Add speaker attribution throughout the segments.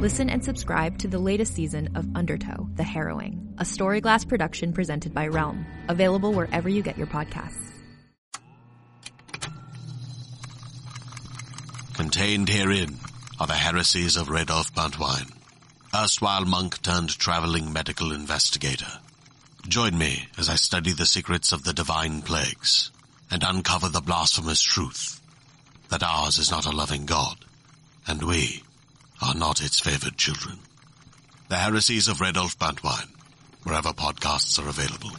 Speaker 1: Listen and subscribe to the latest season of Undertow, The Harrowing, a Storyglass production presented by Realm, available wherever you get your podcasts.
Speaker 2: Contained herein are the heresies of Radolf Buntwine, erstwhile monk turned traveling medical investigator. Join me as I study the secrets of the divine plagues and uncover the blasphemous truth that ours is not a loving God, and we are not its favored children. The heresies of Radolf Buntwine, wherever podcasts are available.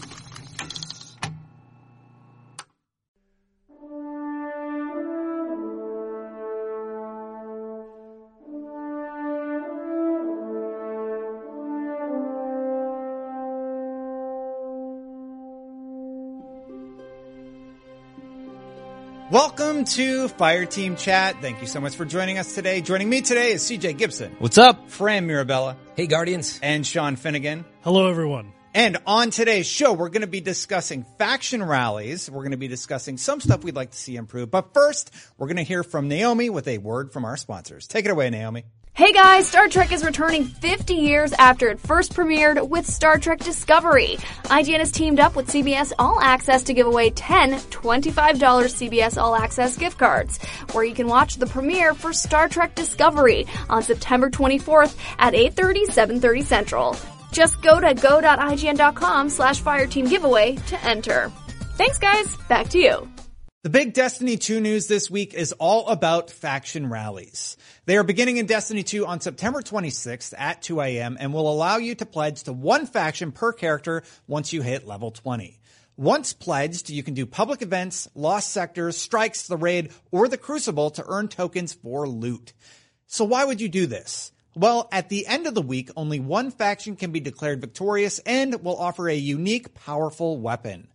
Speaker 3: Welcome to Fireteam Chat. Thank you so much for joining us today. Joining me today is CJ Gibson,
Speaker 4: What's up?
Speaker 3: Fran Mirabella,
Speaker 4: Hey, Guardians.
Speaker 3: and Sean Finnegan.
Speaker 5: Hello, everyone.
Speaker 3: And on today's show, we're going to be discussing faction rallies. We're going to be discussing some stuff we'd like to see improve. But first, we're going to hear from Naomi with a word from our sponsors. Take it away, Naomi.
Speaker 6: Hey guys, Star Trek is returning 50 years after it first premiered with Star Trek Discovery. IGN has teamed up with CBS All Access to give away 10 $25 CBS All Access gift cards, where you can watch the premiere for Star Trek Discovery on September 24th at 8.30, 7.30 Central. Just go to go.ign.com slash fireteamgiveaway to enter. Thanks guys, back to you.
Speaker 3: The big Destiny 2 news this week is all about faction rallies. They are beginning in Destiny 2 on September 26th at 2 a.m. and will allow you to pledge to one faction per character once you hit level 20. Once pledged, you can do public events, lost sectors, strikes, the raid, or the crucible to earn tokens for loot. So why would you do this? Well, at the end of the week, only one faction can be declared victorious and will offer a unique, powerful weapon.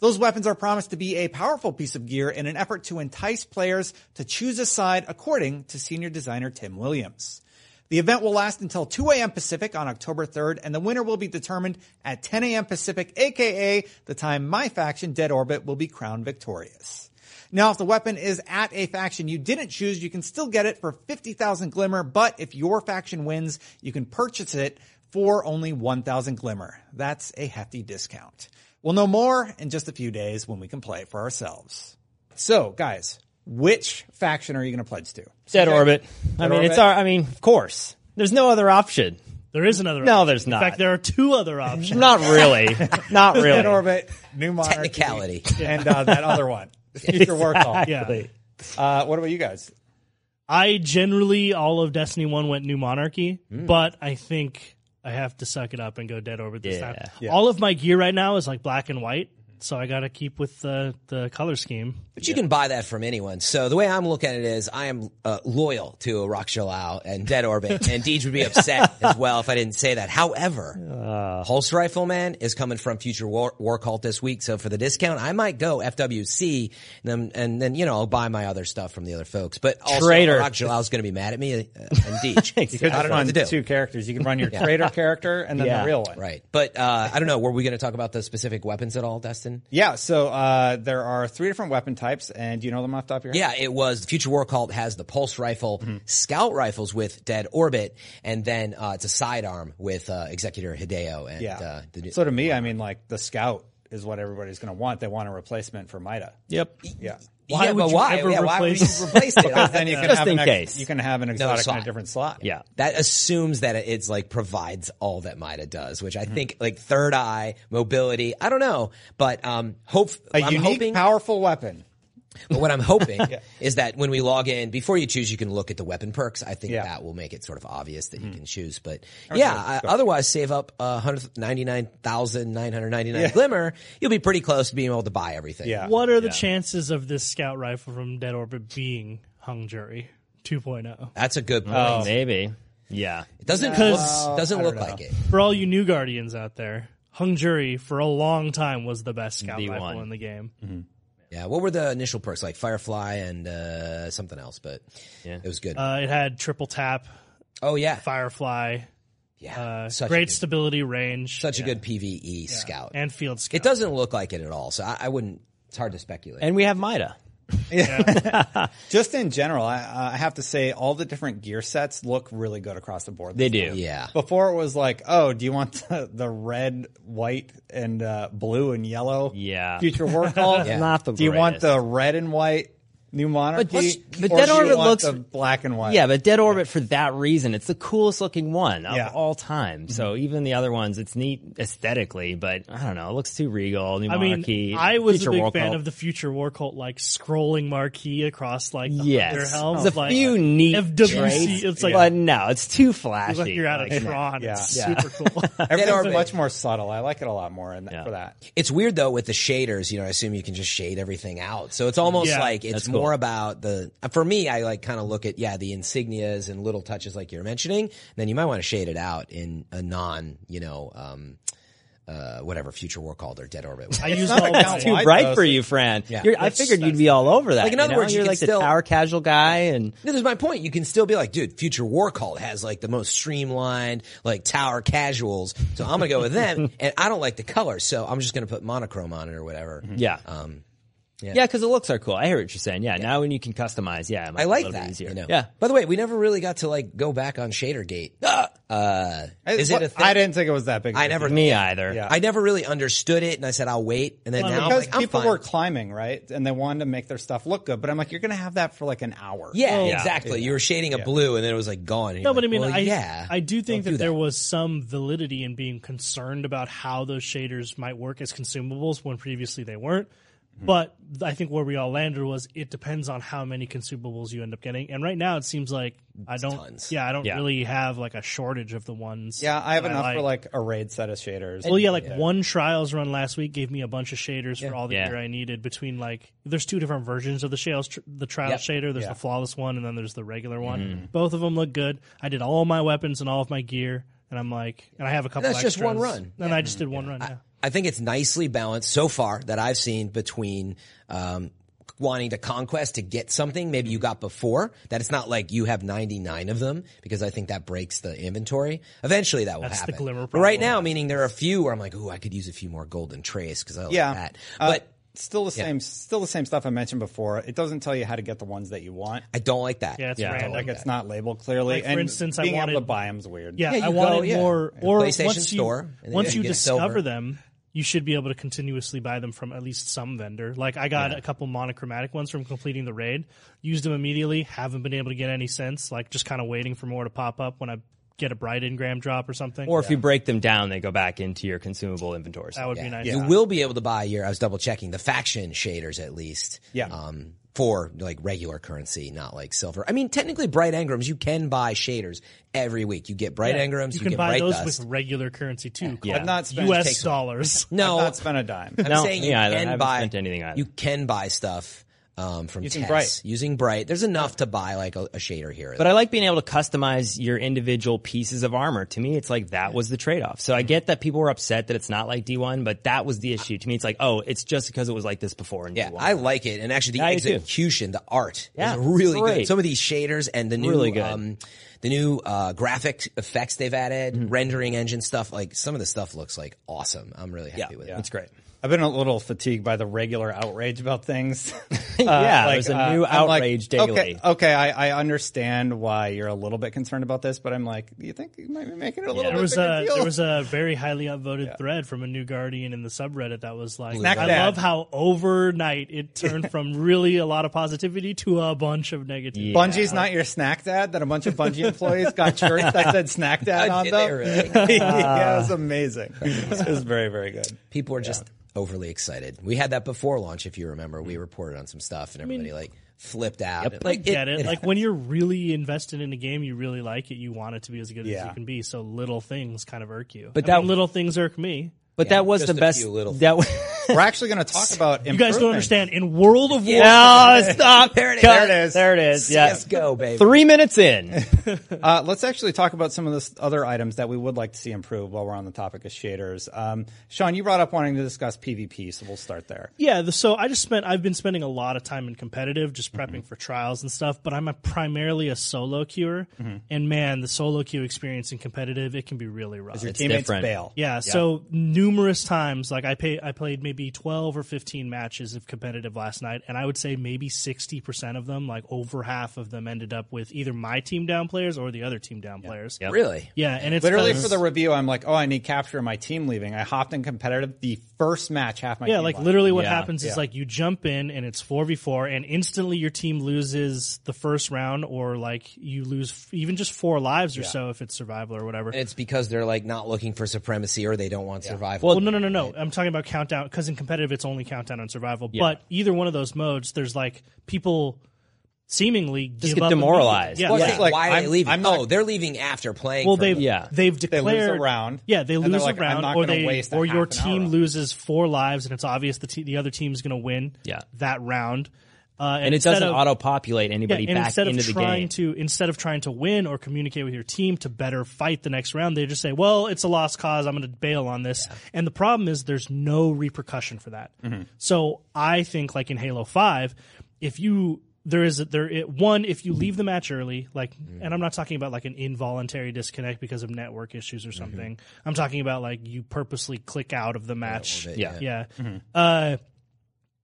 Speaker 3: Those weapons are promised to be a powerful piece of gear in an effort to entice players to choose a side according to senior designer Tim Williams. The event will last until 2 a.m. Pacific on October 3rd, and the winner will be determined at 10 a.m. Pacific, aka the time my faction, Dead Orbit, will be crowned victorious. Now, if the weapon is at a faction you didn't choose, you can still get it for 50,000 glimmer, but if your faction wins, you can purchase it for only 1,000 glimmer. That's a hefty discount. We'll know more in just a few days when we can play for ourselves. So, guys, which faction are you going to pledge to?
Speaker 4: Dead orbit. I mean,
Speaker 3: Orbit.
Speaker 4: it's our. I mean, of course. There's no other option.
Speaker 5: There is another
Speaker 4: No,
Speaker 5: option.
Speaker 4: there's not.
Speaker 5: In fact, there are two other options.
Speaker 4: Not really. Not
Speaker 3: Dead
Speaker 4: really.
Speaker 3: Orbit, New Monarchy,
Speaker 7: Technicality.
Speaker 3: and uh, that other one, Future War Call.
Speaker 5: Yeah.
Speaker 3: Uh, what about you guys?
Speaker 5: I generally, all of Destiny 1 went New Monarchy,
Speaker 4: Hmm.
Speaker 5: but I think I have to suck it up and go Dead Orbit this
Speaker 4: Yeah.
Speaker 5: time. All of my gear right now is like black and white, so I got to keep with the, the color scheme.
Speaker 7: But you can buy that from anyone. So the way I'm looking at it is, I am uh, loyal to Rakshalau and Dead Orbit, and Deej would be upset as well if I didn't say that. However,
Speaker 5: Uh.
Speaker 7: Pulse Rifleman is coming from Future War, War Cult this week, so for the discount, I might go FWC, and then, and then you know I'll buy my other stuff from the other folks. But also,
Speaker 4: Traitor.
Speaker 7: Rakshalau's going to be mad at me uh, and Deej.
Speaker 3: Good
Speaker 7: I don't know
Speaker 3: fun
Speaker 7: what to do.
Speaker 3: two characters. You can run your traitor character and then
Speaker 4: Yeah.
Speaker 3: the real one.
Speaker 7: Right, but uh, I don't know. Were we going to talk about the specific weapons at all, Dustin?
Speaker 3: Yeah, so uh, there are three different weapon types, and do you know them off the top of your head?
Speaker 7: Yeah, Uh, it was. Future War Cult has the pulse rifle,
Speaker 4: Mm-hmm.
Speaker 7: scout rifles with Dead Orbit, and then uh, it's a sidearm with uh, Executor Hideo. And,
Speaker 3: Yeah.
Speaker 7: Uh, the,
Speaker 3: so to me, I mean, like, the scout is what everybody's going to want. They want a replacement for Mida.
Speaker 4: Yep.
Speaker 3: Yeah.
Speaker 5: Why
Speaker 7: yeah,
Speaker 5: would
Speaker 7: but
Speaker 5: you
Speaker 7: why?
Speaker 5: ever
Speaker 7: yeah, why would you
Speaker 5: replace-
Speaker 7: replace it?
Speaker 3: Then you can
Speaker 4: Just
Speaker 3: have an
Speaker 4: in
Speaker 3: ex-
Speaker 4: case.
Speaker 3: you can have an exotic in a
Speaker 7: slot.
Speaker 3: different slot.
Speaker 4: Yeah.
Speaker 7: that assumes that it's like provides all that Mida does, which I think like third eye, mobility. I don't know, but um, hope
Speaker 3: A
Speaker 7: I'm
Speaker 3: unique,
Speaker 7: hoping.
Speaker 3: powerful weapon.
Speaker 7: But what I'm hoping is that when we log in, before you choose, you can look at the weapon perks. I think
Speaker 3: Yeah. Hmm.
Speaker 7: that will make it sort of obvious that you can choose. But yeah, I, otherwise save up uh, 199,999 glimmer. You'll be pretty close to being able to buy everything.
Speaker 3: Yeah.
Speaker 5: What are the chances of this scout rifle from Dead Orbit being hung jury oh? 2.0?
Speaker 3: Uh,
Speaker 7: That's a good point.
Speaker 4: Oh, Maybe. Yeah.
Speaker 7: It doesn't look,
Speaker 5: Because-
Speaker 7: doesn't look like it.
Speaker 5: For all you new Guardians out there, Hung Jury for a long time was the best scout
Speaker 4: The
Speaker 5: rifle
Speaker 4: one. Mm-hmm.
Speaker 5: in the game.
Speaker 7: Yeah. What were the initial perks like? Firefly and uh, something else, but it was good.
Speaker 5: Uh, it had triple tap,
Speaker 7: oh yeah,
Speaker 5: Firefly,
Speaker 7: yeah.
Speaker 5: uh,
Speaker 7: such a
Speaker 5: great
Speaker 7: good,
Speaker 5: stability range,
Speaker 7: such a good PVE scout.
Speaker 5: and field scout.
Speaker 7: it doesn't look like it at all, so I, I wouldn't. It's hard to speculate.
Speaker 4: And we have Mida.
Speaker 3: Just in general, I, I have to say all the different gear sets look really good across the board.
Speaker 4: They do.
Speaker 7: yeah.
Speaker 3: Before it was like, oh, do you want the, the red, white, and uh, blue and yellow?
Speaker 4: Yeah.
Speaker 3: Future work call.
Speaker 8: Not the
Speaker 3: Do you want
Speaker 4: greatest.
Speaker 3: the red and white new monarchy?
Speaker 8: what's- but
Speaker 3: or
Speaker 8: Dead
Speaker 3: do you
Speaker 8: Orbit
Speaker 3: want
Speaker 8: looks-
Speaker 3: the black and white.
Speaker 4: Yeah, but Dead Orbit for that reason, it's the coolest looking one of
Speaker 3: Yeah.
Speaker 4: all time. So
Speaker 5: Mm-hmm.
Speaker 4: even the other ones, it's neat aesthetically, but I don't know, it looks too regal. New
Speaker 5: I
Speaker 4: Monarchy.
Speaker 5: mean, I was
Speaker 4: Future
Speaker 5: a big
Speaker 4: World
Speaker 5: fan
Speaker 4: Cult.
Speaker 5: of the future war cult, like scrolling marquee across like the, their
Speaker 4: Yes,
Speaker 5: helms,
Speaker 4: there's a
Speaker 5: like
Speaker 4: few neat
Speaker 5: FWC.
Speaker 4: traits,
Speaker 5: It's like
Speaker 4: but no, it's too
Speaker 5: it's
Speaker 4: flashy.
Speaker 5: like you're out of
Speaker 4: Like,
Speaker 5: Tron.
Speaker 3: Yeah.
Speaker 5: It's
Speaker 4: Yeah.
Speaker 5: super cool.
Speaker 3: Everything's
Speaker 7: Orbit.
Speaker 3: much more subtle. I like it a lot more in,
Speaker 4: Yeah.
Speaker 3: for that.
Speaker 7: It's weird though with the shaders, you know, I assume you can just shade everything out. So it's almost
Speaker 5: Yeah,
Speaker 7: like it's
Speaker 4: that's cool.
Speaker 7: more about the, for me, I like kind of look at, yeah, the insignias and little touches like you're mentioning. then you might want to shade it out in a non, you know, um, uh, whatever future war called or dead orbit.
Speaker 5: I used all
Speaker 3: account
Speaker 5: my
Speaker 3: wide,
Speaker 4: too bright
Speaker 3: though,
Speaker 4: for
Speaker 3: so-
Speaker 4: you, Fran.
Speaker 7: Yeah.
Speaker 4: You're, I figured you'd be all over that.
Speaker 7: Like, in other
Speaker 4: you know?
Speaker 7: words, you
Speaker 4: you're
Speaker 7: can
Speaker 4: like
Speaker 7: still-
Speaker 4: the tower casual guy, and
Speaker 7: This is my point. You can still be like, dude, Future War Cult has like the most streamlined, like tower casuals. So I'm gonna go with them, and I don't like the color, so I'm just gonna put monochrome on it or whatever.
Speaker 4: yeah,
Speaker 7: Um,
Speaker 4: yeah, because the looks are cool. I hear what you're saying. Yeah, now when you can customize, yeah, it might
Speaker 7: I
Speaker 4: be a
Speaker 7: like
Speaker 4: little bit
Speaker 7: that.
Speaker 4: Easier.
Speaker 7: You know.
Speaker 4: Yeah,
Speaker 7: By the way, we never really got to like go back on Shadergate. Ah! Uh, is it a thing?
Speaker 3: I didn't think it was that big. of a
Speaker 7: I never.
Speaker 4: me either.
Speaker 3: Yeah.
Speaker 7: I never really understood it, and I said I'll wait, and then now I'm
Speaker 3: because
Speaker 7: like, I'm
Speaker 3: people
Speaker 7: fine.
Speaker 3: were climbing right and they wanted to make their stuff look good but i'm like you're gonna have that for like an hour
Speaker 7: yeah,
Speaker 4: yeah.
Speaker 7: exactly. You were shading a blue, and then it was like gone. And
Speaker 5: No,
Speaker 7: you're
Speaker 5: but I
Speaker 7: like,
Speaker 5: mean,
Speaker 7: well,
Speaker 5: I,
Speaker 7: yeah,
Speaker 5: I do think
Speaker 7: Don't
Speaker 5: that there
Speaker 7: that.
Speaker 5: was some validity in being concerned about how those shaders might work as consumables when previously they weren't.
Speaker 7: Mm-hmm.
Speaker 5: But I think where we all landed was it depends on how many consumables you end up getting. And right now it seems like I don't,
Speaker 7: tons.
Speaker 5: yeah, I don't
Speaker 4: Yeah.
Speaker 5: really have like a shortage of the ones.
Speaker 3: yeah i have
Speaker 5: that
Speaker 3: enough for
Speaker 5: like.
Speaker 3: like a raid set of shaders
Speaker 5: Well, yeah, like one trials run last week gave me a bunch of shaders for all the
Speaker 4: Yeah.
Speaker 5: gear I needed. Between like, there's two different versions of the shales, tr- the trial
Speaker 7: Yep.
Speaker 5: shader. There's the flawless one, and then there's the regular one. Both of them look good. I did all my weapons and all of my gear, and I'm like, and I have a couple.
Speaker 7: That's just one
Speaker 5: extras.
Speaker 7: run.
Speaker 5: and I just did one run. Yeah.
Speaker 7: I think it's nicely balanced so far that I've seen between um, wanting to conquest to get something maybe you got before that it's not like you have 99 of them because I think that breaks the inventory. Eventually that will
Speaker 5: That's the
Speaker 7: happen.
Speaker 5: glimmer
Speaker 7: But right
Speaker 5: problem.
Speaker 7: now, meaning there are a few where I'm like, ooh, I could use a few more golden trays because I like
Speaker 3: yeah
Speaker 7: that.
Speaker 3: Uh,
Speaker 7: But
Speaker 3: still the same still the same stuff i mentioned before it doesn't tell you how to get the ones that you want
Speaker 7: I don't like that.
Speaker 5: Yeah, it's
Speaker 4: Yeah,
Speaker 5: random.
Speaker 3: like it's not labeled clearly
Speaker 5: Oh, Like, for
Speaker 3: and
Speaker 5: instance, I
Speaker 3: being able to
Speaker 5: wanted-
Speaker 3: buy them's weird
Speaker 5: yeah,
Speaker 7: Yeah,
Speaker 5: I
Speaker 7: you
Speaker 5: wanted
Speaker 7: go, yeah.
Speaker 5: more.
Speaker 7: Yeah.
Speaker 5: Or
Speaker 7: PlayStation
Speaker 5: once you
Speaker 7: Store, and then
Speaker 5: once
Speaker 7: you
Speaker 5: you
Speaker 7: get
Speaker 5: discover
Speaker 7: silver.
Speaker 5: them, you should be able to continuously buy them from at least some vendor. Like I got a couple monochromatic ones from completing the raid, used them immediately, haven't been able to get any since. Like just kind of waiting for more to pop up when I get a bright engram drop or something.
Speaker 4: Or if you break them down, they go back into your consumable inventories.
Speaker 5: that would be nice.
Speaker 7: You will be able to buy your, I was double checking, the faction shaders at least.
Speaker 3: Yeah.
Speaker 7: Um, for like regular currency, not like silver. I mean, technically bright engrams, you can buy shaders every week. You get bright engrams,
Speaker 5: you
Speaker 7: you,
Speaker 5: can
Speaker 7: get
Speaker 5: buy
Speaker 7: bright
Speaker 5: those
Speaker 7: dust.
Speaker 5: with regular currency too.
Speaker 4: Yeah.
Speaker 3: i've not spent
Speaker 5: U.S. dollars.
Speaker 7: no,
Speaker 3: I've not spent a dime
Speaker 7: I'm
Speaker 4: No,
Speaker 7: saying
Speaker 4: me
Speaker 7: you
Speaker 4: either. I
Speaker 7: can
Speaker 4: haven't
Speaker 7: buy
Speaker 4: spent anything either.
Speaker 7: You can buy stuff um, from
Speaker 3: Using
Speaker 7: Tess.
Speaker 3: Bright.
Speaker 7: using bright. There's enough to buy like a, a shader here.
Speaker 4: But I like being able to customize your individual pieces of armor. To me, it's like that was the trade off. So I get that people were upset that it's not like D1, but that was the issue. To me, it's like, oh, it's just because it was like this before in
Speaker 7: yeah,
Speaker 4: D1.
Speaker 7: I like it, and actually the
Speaker 4: I do too.
Speaker 7: execution, the art,
Speaker 4: Yeah,
Speaker 7: is really good.
Speaker 4: great.
Speaker 7: Some of these shaders and the new,
Speaker 4: Really good.
Speaker 7: Um, the new uh, graphic effects they've added,
Speaker 4: Mm-hmm.
Speaker 7: rendering engine stuff. Like some of the stuff looks like awesome. I'm really happy with it.
Speaker 4: It's great.
Speaker 3: I've been a little fatigued by the regular outrage about things.
Speaker 4: Yeah, there's a new
Speaker 3: I'm like,
Speaker 4: outrage
Speaker 3: Okay,
Speaker 4: daily.
Speaker 3: okay I, I understand why you're a little bit concerned about this, but I'm like, you think you might be making it a little bit
Speaker 5: There was
Speaker 3: bigger
Speaker 5: a
Speaker 3: deal?
Speaker 5: there was a very highly upvoted thread from a new guardian in the subreddit that was like,
Speaker 3: Snack
Speaker 5: I
Speaker 3: that.
Speaker 5: love how overnight it turned from really a lot of positivity to a bunch of negativity.
Speaker 3: Bungie's not your snack dad. That a bunch of Bungie employees got shirts that said snack dad on
Speaker 7: Did
Speaker 3: them.
Speaker 7: they really?
Speaker 3: yeah, it was amazing. it was very very good.
Speaker 7: People are just overly excited. We had that before launch, if you remember. We reported on some stuff, and everybody like flipped out. And,
Speaker 5: I
Speaker 7: like,
Speaker 5: get it. Like when you're really invested in a game, you really like it. You want it to be as good as
Speaker 3: Yeah.
Speaker 5: you can be. So little things kind of irk you.
Speaker 4: But
Speaker 5: I mean,
Speaker 4: that-
Speaker 5: little things irk me.
Speaker 4: But that was
Speaker 7: just
Speaker 4: the
Speaker 7: a
Speaker 4: best.
Speaker 7: few little
Speaker 4: that was,
Speaker 3: We're actually going to talk about
Speaker 5: You guys don't understand. In World of War,
Speaker 4: No, stop.
Speaker 7: There it is.
Speaker 4: Cut.
Speaker 3: There it is.
Speaker 4: There it is. Yeah.
Speaker 7: CS:GO, baby.
Speaker 4: Three minutes in.
Speaker 3: Uh, let's actually talk about some of the s- other items that we would like to see improve while we're on the topic of shaders. Um, Sean, you brought up wanting to discuss PvP, so we'll start there.
Speaker 5: Yeah, the, so I just spent I've been spending a lot of time in competitive, just prepping
Speaker 3: Mm-hmm.
Speaker 5: for trials and stuff. But I'm a, primarily a solo queuer,
Speaker 3: Mm-hmm.
Speaker 5: and man, the solo queue experience in competitive it can be really rough.
Speaker 3: Your teammates
Speaker 4: different.
Speaker 3: bail.
Speaker 5: Yeah, so numerous times, like I pay, I played maybe twelve or fifteen matches of competitive last night, and I would say maybe sixty percent of them, like over half of them, ended up with either my team down players or the other team down players. Yeah,
Speaker 7: Really?
Speaker 5: and it's
Speaker 3: Literally
Speaker 5: because-
Speaker 3: for the review, I'm like, oh, I need capture. My team leaving. I hopped in competitive the first match. Half my
Speaker 5: Yeah,
Speaker 3: team
Speaker 5: like
Speaker 3: left.
Speaker 5: literally what
Speaker 4: Yeah,
Speaker 5: happens is like you jump in and it's 4v4 and instantly your team loses the first round or like you lose f- even just four lives or so if it's survival or whatever.
Speaker 7: And it's because they're like not looking for supremacy or they don't want survival.
Speaker 5: well, no, no, no, no. I'm talking about countdown because in competitive it's only countdown and survival. But either one of those modes, there's like people seemingly just
Speaker 4: get demoralized.
Speaker 5: Yeah,
Speaker 7: Well,
Speaker 5: yeah.
Speaker 7: it's
Speaker 3: like,
Speaker 7: why are they
Speaker 3: I'm-
Speaker 7: leaving?
Speaker 3: I'm not-
Speaker 7: oh, they're leaving after playing.
Speaker 5: Well,
Speaker 7: for
Speaker 5: they've
Speaker 4: Yeah.
Speaker 5: they've
Speaker 3: lose a
Speaker 5: declared
Speaker 3: round,
Speaker 5: Yeah, they
Speaker 3: and they're
Speaker 5: lose
Speaker 3: like,
Speaker 5: a
Speaker 3: "I'm
Speaker 5: round,
Speaker 3: not
Speaker 5: or
Speaker 3: gonna
Speaker 5: they
Speaker 3: waste a
Speaker 5: or your
Speaker 3: half an hour
Speaker 5: team
Speaker 3: on it."
Speaker 5: loses four lives, and it's obvious the te- the other team's going to win.
Speaker 4: Yeah.
Speaker 5: that round, uh,
Speaker 4: And it
Speaker 5: instead
Speaker 4: doesn't
Speaker 5: of-
Speaker 4: auto populate anybody
Speaker 5: and
Speaker 4: back
Speaker 5: instead
Speaker 4: into
Speaker 5: of
Speaker 4: the
Speaker 5: trying
Speaker 4: game.
Speaker 5: to instead of trying to win or communicate with your team to better fight the next round, they just say, "Well, it's a lost cause. I'm going to bail on this." And the problem is, there's no repercussion for that.
Speaker 4: Mm-hmm.
Speaker 5: So I think, like in Halo Five, if you there is a, there it, one if you leave the match early, like,
Speaker 4: Mm-hmm.
Speaker 5: and I'm not talking about like an involuntary disconnect because of network issues
Speaker 4: Mm-hmm.
Speaker 5: or something. I'm talking about like you purposely click out of the match.
Speaker 4: yeah. Mm-hmm.
Speaker 5: Yeah. Uh,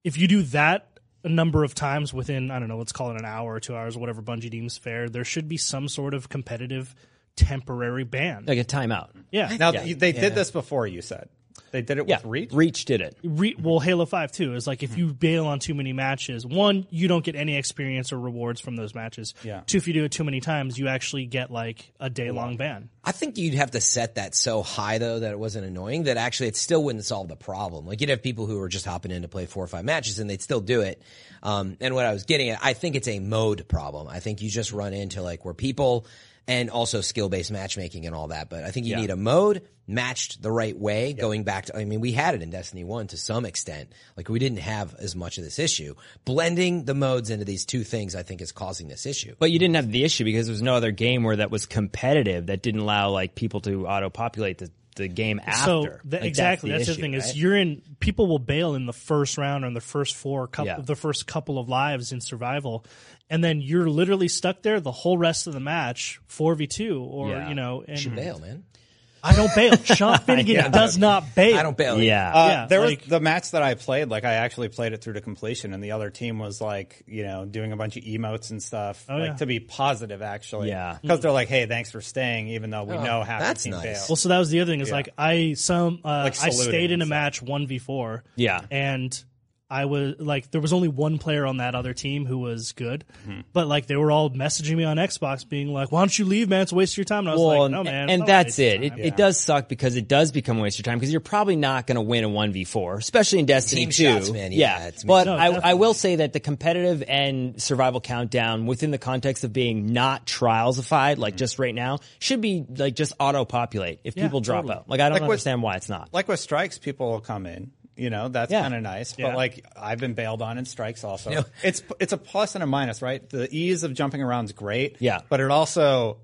Speaker 5: if you do that a number of times within, I don't know, let's call it an hour or two hours, whatever Bungie deems fair, there should be some sort of competitive temporary ban.
Speaker 4: Like a timeout.
Speaker 5: yeah.
Speaker 3: Now th- they did this before. You said they did it
Speaker 4: Yeah.
Speaker 3: with Reach.
Speaker 4: did it.
Speaker 5: Re- well, Halo 5 too is like if you bail on too many matches, one, you don't get any experience or rewards from those matches.
Speaker 3: Yeah.
Speaker 5: Two, if you do it too many times, you actually get like a day long ban.
Speaker 7: I think you'd have to set that so high though that it wasn't annoying that actually it still wouldn't solve the problem. Like you'd have people who were just hopping in to play four or five matches and they'd still do it. Um, and what I was getting at, I think it's a mode problem. I think you just run into like where people and also skill based matchmaking and all that. But I think you need a mode matched the right way going back to, I mean, we had it in Destiny 1 to some extent. Like we didn't have as much of this issue. Blending the modes into these two things, I think is causing this issue.
Speaker 4: But you didn't have the issue because there was no other game where that was competitive that didn't allow like people to auto populate the, the game after.
Speaker 5: So
Speaker 4: Like,
Speaker 5: tha- exactly, that's, the,
Speaker 4: issue,
Speaker 5: thing
Speaker 4: right?
Speaker 5: is you're in. People will bail in the first round or in the first four couple,
Speaker 4: Yeah.
Speaker 5: the first couple of lives in survival, and then you're literally stuck there the whole rest of the match, four v two, or
Speaker 4: Yeah.
Speaker 5: you know, and
Speaker 7: Bail, man.
Speaker 5: I don't bail. Sean Finnegan does not bail.
Speaker 7: I don't bail.
Speaker 4: yeah.
Speaker 3: Uh,
Speaker 5: Yeah,
Speaker 3: there
Speaker 5: like-
Speaker 3: was the match that I played. Like I actually played it through to completion, and the other team was like, you know, doing a bunch of emotes and stuff, like
Speaker 5: Oh, yeah.
Speaker 3: to be positive, actually.
Speaker 4: Yeah. Oh,
Speaker 3: because they're like, hey, thanks for staying, even though we know half
Speaker 7: that's
Speaker 3: the team
Speaker 7: nice.
Speaker 3: bailed.
Speaker 5: Well, so that was the other thing is like I some uh,
Speaker 3: Like
Speaker 5: I
Speaker 3: saluting
Speaker 5: stayed in
Speaker 3: and
Speaker 5: a
Speaker 3: stuff.
Speaker 5: match one v four.
Speaker 4: Yeah.
Speaker 5: and I was like, there was only one player on that other team who was good,
Speaker 4: Mm-hmm.
Speaker 5: but like they were all messaging me on Xbox, being like, "Why don't you leave, man? It's a waste of your time." And I was
Speaker 4: Well,
Speaker 5: like, "No, man." it's
Speaker 4: and
Speaker 5: not a
Speaker 4: that's
Speaker 5: waste
Speaker 4: it.
Speaker 5: of
Speaker 4: It,
Speaker 5: time."
Speaker 4: it does suck because it does become a waste of time because you're probably not going to win a one v four, especially in Destiny
Speaker 7: Team
Speaker 4: two.
Speaker 7: shots, man, yeah, it's-
Speaker 4: but
Speaker 5: No,
Speaker 4: I, I will say that the competitive and survival countdown within the context of being not trialsified,
Speaker 5: Mm.
Speaker 4: like just right now, should be like just auto populate if people drop
Speaker 5: totally.
Speaker 4: out. Like I don't
Speaker 3: Like with-
Speaker 4: understand why it's not.
Speaker 3: like with strikes, people will come in. You know, that's
Speaker 4: Yeah.
Speaker 3: kind of nice. But
Speaker 5: Yeah.
Speaker 3: like, I've been bailed on in strikes also.
Speaker 7: Yeah.
Speaker 3: It's it's a plus and a minus, right? The ease of jumping around is great.
Speaker 4: Yeah.
Speaker 3: but it also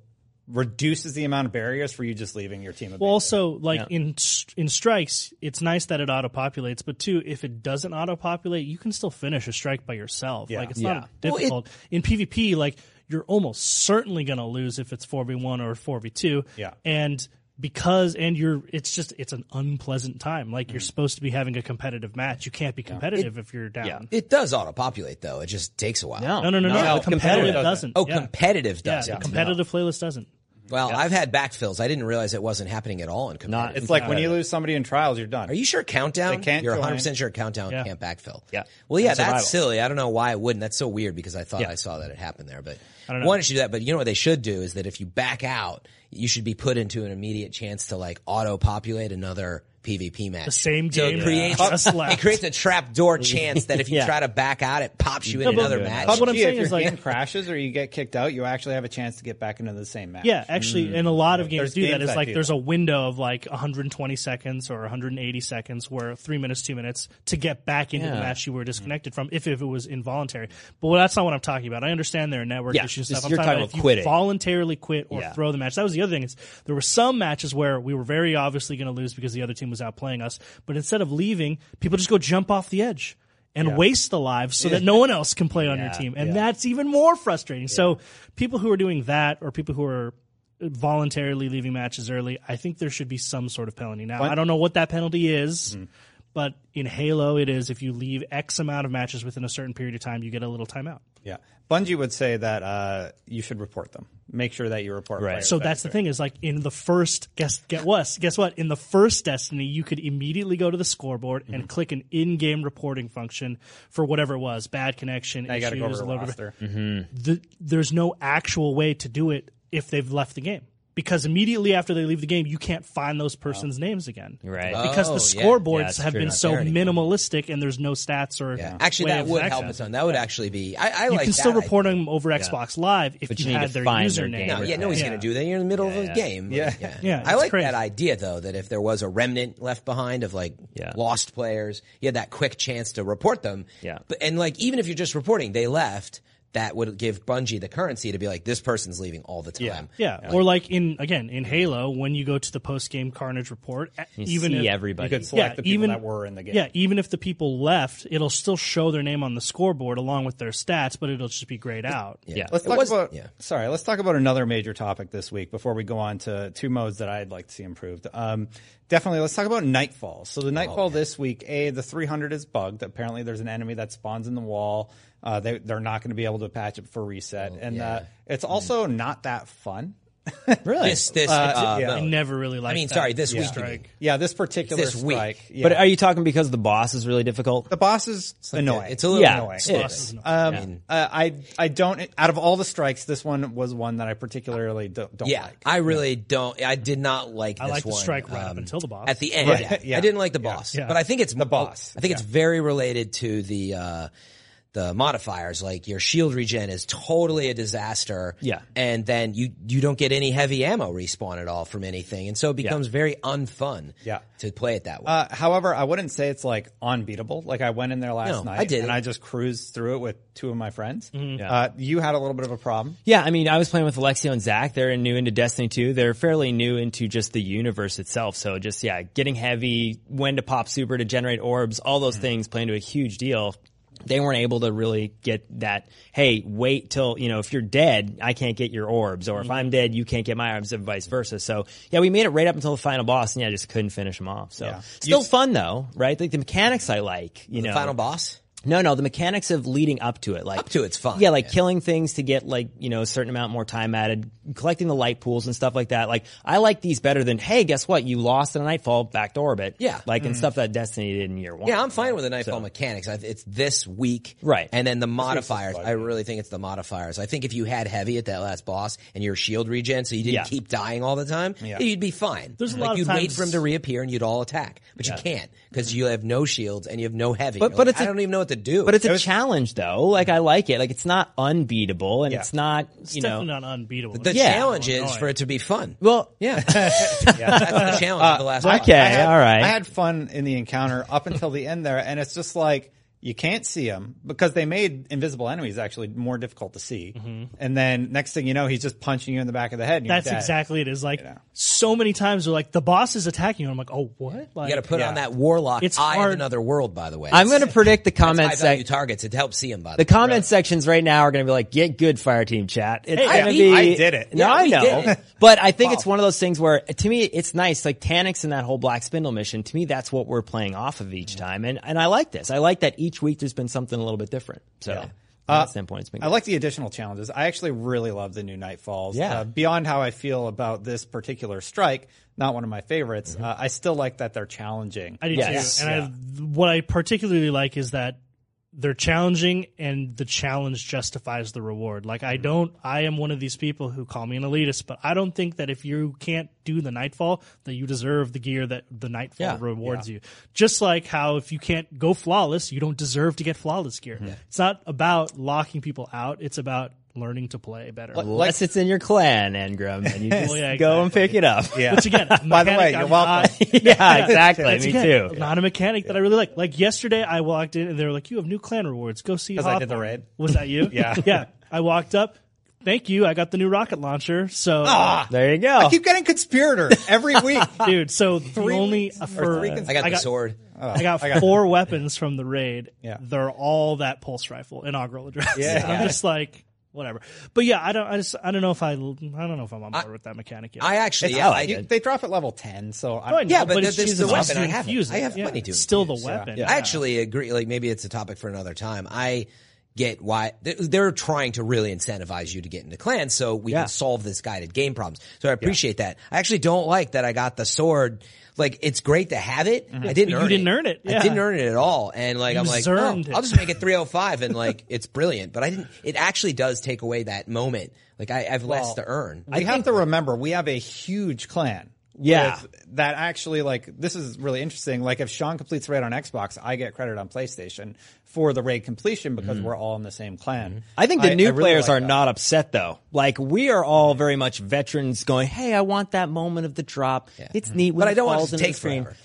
Speaker 3: reduces the amount of barriers for you just leaving your team.
Speaker 5: Well, also like in in strikes, it's nice that it auto populates, but two, if it doesn't auto populate, you can still finish a strike by yourself. Like it's
Speaker 4: Yeah.
Speaker 5: not difficult in PvP. Like you're almost certainly going to lose if it's four v one or four v two.
Speaker 3: Yeah.
Speaker 5: and because and you're it's just it's an unpleasant time like you're supposed to be having a competitive match you can't be competitive if you're down
Speaker 7: It does auto-populate though. It just takes a while.
Speaker 5: no no no no,
Speaker 3: No,
Speaker 5: the competitive
Speaker 3: competitive doesn't.
Speaker 5: doesn't
Speaker 7: Oh,
Speaker 5: yeah.
Speaker 7: competitive
Speaker 5: yeah,
Speaker 7: does.
Speaker 5: the
Speaker 7: it.
Speaker 5: competitive playlist doesn't
Speaker 7: Well, I've had backfills. I didn't realize it wasn't happening at all in competitive.
Speaker 3: it's like when you lose somebody in trials, you're done.
Speaker 7: Are you sure countdown?
Speaker 3: They can't
Speaker 7: You're
Speaker 3: join.
Speaker 7: 100 percent sure countdown
Speaker 5: Yeah.
Speaker 7: can't backfill.
Speaker 4: Yeah.
Speaker 7: Well, yeah,
Speaker 4: And survival.
Speaker 7: that's silly. I don't know why it wouldn't. That's so weird because I thought I saw that it happened there, but I don't know. one should do that. But you know what they should do is that if you back out, you should be put into an immediate chance to like auto populate another PvP match.
Speaker 5: The same
Speaker 7: So
Speaker 5: game
Speaker 7: it creates,
Speaker 5: just
Speaker 7: it
Speaker 5: left.
Speaker 7: creates a trapdoor chance that if you
Speaker 4: Yeah.
Speaker 7: try to back out, it pops you in
Speaker 5: No, but-
Speaker 7: another
Speaker 4: Yeah.
Speaker 7: match.
Speaker 5: But what I'm
Speaker 3: Yeah,
Speaker 5: saying
Speaker 3: if your
Speaker 5: is like-
Speaker 3: game crashes or you get kicked out, you actually have a chance to get back into the same match.
Speaker 5: Yeah, actually, and a lot of games
Speaker 3: Mm. There's
Speaker 5: do that.
Speaker 3: games
Speaker 5: It's
Speaker 3: that
Speaker 5: like
Speaker 3: do
Speaker 5: there's
Speaker 3: that.
Speaker 5: a window of like 120 seconds or 180 seconds, where three minutes, two minutes to get back into the
Speaker 4: Yeah.
Speaker 5: match you were
Speaker 3: Mm.
Speaker 5: disconnected from, if, if it was involuntary. But well, that's not what I'm talking about. I understand there are network
Speaker 4: Yeah,
Speaker 5: issues.
Speaker 4: this-
Speaker 5: and Stuff. I'm
Speaker 4: you're
Speaker 5: talking
Speaker 4: talking
Speaker 5: about
Speaker 4: about
Speaker 5: if you
Speaker 4: quitting.
Speaker 5: voluntarily quit or
Speaker 4: Yeah.
Speaker 5: throw the match. That was the other thing. Is there were some matches where we were very obviously going to lose because the other team was outplaying us, but instead of leaving, people just go jump off the edge. And waste the lives so that no one else can play on your
Speaker 4: Yeah,
Speaker 5: team. And
Speaker 4: yeah.
Speaker 5: that's even more frustrating. So people who are doing that or people who are voluntarily leaving matches early, I think there should be some sort of penalty. Now, I don't know what that penalty is,
Speaker 4: Mm-hmm.
Speaker 5: but in Halo, it is if you leave X amount of matches within a certain period of time, you get a little timeout.
Speaker 3: Yeah. Bungie would say that uh, you should report them. Make sure that you report.
Speaker 4: Right.
Speaker 3: players
Speaker 5: So
Speaker 3: that
Speaker 5: that's the thing is like in the first guess get what guess what in the first Destiny you could immediately go to the scoreboard and click an in-game reporting function for whatever it was bad connection
Speaker 3: Now you got to go over
Speaker 5: issues,
Speaker 3: the
Speaker 5: load of-
Speaker 3: roster.
Speaker 5: the, there's no actual way to do it if they've left the game because immediately after they leave the game you can't find those persons names again
Speaker 4: Right.
Speaker 5: because
Speaker 7: Oh,
Speaker 5: the
Speaker 7: yeah.
Speaker 5: scoreboards
Speaker 4: Yeah, it's
Speaker 5: have
Speaker 4: true.
Speaker 5: been
Speaker 4: Not
Speaker 5: so
Speaker 7: there anymore.
Speaker 5: minimalistic and there's no stats or
Speaker 7: Yeah. Actually,
Speaker 5: way
Speaker 7: that
Speaker 5: of
Speaker 7: would help a
Speaker 5: accessing.
Speaker 7: ton. That would actually be. I, I
Speaker 5: you
Speaker 7: like
Speaker 5: can still
Speaker 7: that
Speaker 5: report
Speaker 7: idea.
Speaker 5: them over Xbox Live if
Speaker 4: But
Speaker 5: you,
Speaker 4: you need
Speaker 5: had
Speaker 4: to
Speaker 5: their
Speaker 4: find their
Speaker 5: username.
Speaker 4: game
Speaker 7: No, yeah, no, he's
Speaker 5: Yeah.
Speaker 7: going to do that. You're in the middle of a game. Yeah. yeah.
Speaker 5: Yeah,
Speaker 7: I
Speaker 5: it's
Speaker 7: like
Speaker 5: crazy.
Speaker 7: that idea though, that if there was a remnant left behind of like
Speaker 4: Yeah.
Speaker 7: lost players, you had that quick chance to report them.
Speaker 4: Yeah.
Speaker 7: But, and like, even if you're just reporting, they left, that would give Bungie the currency to be like, this person's leaving all the time.
Speaker 5: Yeah, or like in again in Halo, when you go to the post game Carnage report, e, even
Speaker 4: see
Speaker 5: if,
Speaker 3: You
Speaker 4: everybody.
Speaker 3: could select the people
Speaker 5: even-
Speaker 3: that were in the game.
Speaker 5: Yeah, even if the people left, it'll still show their name on the scoreboard along with their stats, but it'll just be grayed out.
Speaker 4: Yeah.
Speaker 3: Let's
Speaker 7: It
Speaker 3: talk
Speaker 7: was-
Speaker 3: about
Speaker 7: yeah.
Speaker 3: sorry. Let's talk about another major topic this week before we go on to two modes that I'd like to see improved. Um, definitely, let's talk about Nightfall. So the Nightfall this week, a the 300 is bugged. Apparently, there's an enemy that spawns in the wall. Uh, they they're not going to be able to patch it for reset, and uh, it's also not that fun.
Speaker 4: Really?
Speaker 7: This, this, uh,
Speaker 3: yeah.
Speaker 5: I
Speaker 7: mode.
Speaker 5: never really liked.
Speaker 7: I mean,
Speaker 5: that
Speaker 7: sorry, this
Speaker 5: yeah.
Speaker 7: week. you mean.
Speaker 5: strike.
Speaker 3: Yeah, this particular
Speaker 7: It's this week.
Speaker 3: strike. Yeah.
Speaker 4: But are you talking because the boss is really difficult?
Speaker 3: the boss is annoying?
Speaker 7: It's a little
Speaker 4: Yeah.
Speaker 7: annoying.
Speaker 4: It is.
Speaker 5: Bosses, no.
Speaker 3: Um, uh, I I don't. Out of all the strikes, this one was one that I particularly don't, don't
Speaker 7: Yeah,
Speaker 3: like.
Speaker 7: I really don't. I did not like.
Speaker 5: I
Speaker 7: this
Speaker 5: like the
Speaker 7: one. um,
Speaker 5: strike right up until the boss.
Speaker 7: At the end,
Speaker 3: Right.
Speaker 7: yeah.
Speaker 3: Yeah.
Speaker 7: I didn't like the boss,
Speaker 5: Yeah.
Speaker 7: but I think it's the
Speaker 3: boss.
Speaker 7: I think it's very related to the uh, the modifiers. Like your shield regen is totally a disaster.
Speaker 4: Yeah.
Speaker 7: and then you you don't get any heavy ammo respawn at all from anything, and so it becomes very unfun.
Speaker 3: Yeah.
Speaker 7: to play it that way.
Speaker 3: Uh, however, I wouldn't say it's like unbeatable. Like I went in there last
Speaker 7: No,
Speaker 3: night
Speaker 7: I didn't.
Speaker 3: and I just cruised through it with two of my friends.
Speaker 4: Yeah.
Speaker 3: Uh, you had a little bit of a problem.
Speaker 4: Yeah, I mean, I was playing with Alexio and Zach. They're new into Destiny 2. They're fairly new into just the universe itself. So just, yeah, getting heavy, when to pop super to generate orbs, all
Speaker 7: Hmm.
Speaker 4: those things play into a huge deal. They weren't able to really get that, hey, wait till, you know, if you're dead, I can't get your orbs, or
Speaker 7: Hmm.
Speaker 4: if I'm dead, you can't get my orbs, and vice versa. So yeah, we made it right up until the final boss, and yeah, I just couldn't finish them off. So still fun though, right? Like the mechanics I like, you know.
Speaker 7: Final boss.
Speaker 4: No, no, the mechanics of leading up to it, like
Speaker 7: Up to it's fun.
Speaker 4: Yeah, like killing things to get like you know a certain amount more time added, collecting the light pools and stuff like that. Like I like these better than hey, guess what? You lost in a nightfall, back to orbit.
Speaker 7: Yeah.
Speaker 4: like
Speaker 5: Mm.
Speaker 4: and stuff that Destiny did in year one.
Speaker 7: Yeah, I'm fine with the nightfall mechanics. I, it's this week,
Speaker 4: Right.
Speaker 7: And then the modifiers. I really think it's the modifiers. I think if you had heavy at that last boss and your shield regen, so you didn't
Speaker 4: Yeah.
Speaker 7: keep dying all the time, you'd be fine.
Speaker 5: There's a
Speaker 7: like
Speaker 5: lot of
Speaker 7: you'd wait
Speaker 5: times-
Speaker 7: for him to reappear and you'd all attack, but you can't because you have no shields and you have no heavy.
Speaker 4: But-
Speaker 7: You're
Speaker 4: but
Speaker 7: like,
Speaker 4: it's
Speaker 7: I
Speaker 4: a-
Speaker 7: don't even know what to do.
Speaker 4: But it's a challenge though. Like I like it. Like it's not unbeatable and it's not
Speaker 5: It's
Speaker 4: you know
Speaker 5: definitely not unbeatable.
Speaker 7: the
Speaker 4: Yeah.
Speaker 7: challenge is
Speaker 5: Oh, Annoying.
Speaker 7: for it to be fun.
Speaker 4: well Uh,
Speaker 7: yeah, that's the challenge of the last. boss.
Speaker 4: okay,
Speaker 3: I had-
Speaker 4: all right.
Speaker 3: I had fun in the encounter up until the end there, and it's just like you can't see him because they made invisible enemies actually more difficult to see.
Speaker 4: Mm-hmm.
Speaker 3: And then next thing you know, he's just punching you in the back of the head. And you're
Speaker 5: That's
Speaker 3: dead.
Speaker 5: exactly it. Is like so many times they're like the boss is attacking you. and I'm like, oh what? Like,
Speaker 7: You got to put on
Speaker 3: Yeah.
Speaker 7: that warlock
Speaker 5: It's
Speaker 7: eye of
Speaker 5: hard-
Speaker 7: another world. By the way,
Speaker 4: I'm going to predict the
Speaker 7: high
Speaker 4: comment
Speaker 7: value
Speaker 4: section.
Speaker 7: targets. It helps see him. By the
Speaker 4: The
Speaker 7: way.
Speaker 4: comment sections right now are going to be like, get good fire team chat. It's
Speaker 5: Hey,
Speaker 4: gonna
Speaker 5: I-
Speaker 4: be,
Speaker 3: I did it.
Speaker 4: No,
Speaker 7: Yeah,
Speaker 4: I
Speaker 7: we did
Speaker 4: know.
Speaker 7: it.
Speaker 4: But I think it's one of those things where to me, it's nice. Like Tanix and that whole Black Spindle mission, to me, that's what we're playing off of each time. And, and I like this. I like that each week there's been something a little bit different. So from that standpoint, it's been
Speaker 3: I
Speaker 4: good.
Speaker 3: like the additional challenges. I actually really love the new Nightfalls.
Speaker 4: Yeah.
Speaker 3: Uh, beyond how I feel about this particular strike, not one of my favorites,
Speaker 4: Mm-hmm.
Speaker 3: uh, I still like that they're challenging.
Speaker 5: I do
Speaker 4: Yes.
Speaker 5: too. And I, what I particularly like is that they're challenging and the challenge justifies the reward. Like
Speaker 7: Mm-hmm.
Speaker 5: I don't I am one of these people who call me an elitist, but I don't think that if you can't do the nightfall that you deserve the gear that the nightfall
Speaker 7: Yeah,
Speaker 5: rewards you. Just like how if you can't go flawless, you don't deserve to get flawless gear.
Speaker 7: Mm-hmm.
Speaker 5: It's not about locking people out, it's about learning to play better.
Speaker 4: Unless it's in your clan, Engram, and you just
Speaker 5: yeah,
Speaker 4: go and pick it up.
Speaker 3: Yeah.
Speaker 5: Which again,
Speaker 3: By the way,
Speaker 5: mechanic,
Speaker 3: you're
Speaker 5: I'm
Speaker 3: welcome.
Speaker 5: not-
Speaker 4: yeah, exactly. Me
Speaker 5: again,
Speaker 4: too.
Speaker 5: Not a mechanic that I really like. Like yesterday, I walked in and they were like, "You have new clan rewards. Go see."
Speaker 3: 'Cause I did the
Speaker 5: Hawthorne."
Speaker 3: raid.
Speaker 5: Was that you?
Speaker 3: Yeah.
Speaker 5: yeah. I walked up. Thank you. I got the new rocket launcher. So,
Speaker 7: Ah!
Speaker 4: There you go.
Speaker 3: I keep getting conspirator every week.
Speaker 5: dude. So the only for
Speaker 7: I got the sword. Oh,
Speaker 5: I Oh. got four weapons from the raid.
Speaker 3: Yeah.
Speaker 5: They're all that pulse rifle inaugural address.
Speaker 3: Yeah.
Speaker 5: I'm just like whatever. But yeah, I don't. I just I don't know if I I don't know if I'm on board with that mechanic yet.
Speaker 7: I actually,
Speaker 3: It's-
Speaker 7: yeah, I,
Speaker 3: you-
Speaker 7: did.
Speaker 3: they drop at level ten, so I,
Speaker 5: Oh, I know,
Speaker 7: yeah, but
Speaker 5: it's
Speaker 7: this is
Speaker 5: Jesus
Speaker 7: the
Speaker 5: Christ,
Speaker 7: weapon.
Speaker 5: you
Speaker 7: I have it.
Speaker 5: infuse
Speaker 7: I have
Speaker 5: Yeah.
Speaker 7: plenty to
Speaker 5: Still the
Speaker 7: infuse, yeah.
Speaker 5: weapon.
Speaker 7: I actually agree. Like maybe it's a topic for another time. I get why they- they're trying to really incentivize you to get into clans so we
Speaker 4: Yeah.
Speaker 7: can solve this guided game problems. So I appreciate that. I actually don't like that I got the sword. Like it's great to have it. I didn't.
Speaker 5: But Mm-hmm. you
Speaker 7: earn
Speaker 5: didn't
Speaker 7: it.
Speaker 5: earn it,
Speaker 7: I
Speaker 5: yeah.
Speaker 7: didn't earn it at all. And like I'm like, oh,
Speaker 5: earned it.
Speaker 7: I'll just make it 305, and like it's brilliant. But I didn't. It actually does take away that moment. Like I, I have less to earn.
Speaker 3: we have to remember we have a huge clan.
Speaker 4: Yeah.
Speaker 3: with- that actually like this is really interesting. Like if Sean completes raid on Xbox, I get credit on PlayStation for the raid completion because we're all in the same clan.
Speaker 4: Mm-hmm. I think the new
Speaker 3: really
Speaker 4: players
Speaker 3: like
Speaker 4: are
Speaker 3: that.
Speaker 4: not upset though. Like we are all very much veterans going, "Hey, I want that moment of the drop. It's neat, when
Speaker 7: Mm-hmm. but I
Speaker 4: it
Speaker 7: don't want
Speaker 4: falls
Speaker 7: it
Speaker 4: into the
Speaker 7: to take
Speaker 4: screen."
Speaker 7: forever.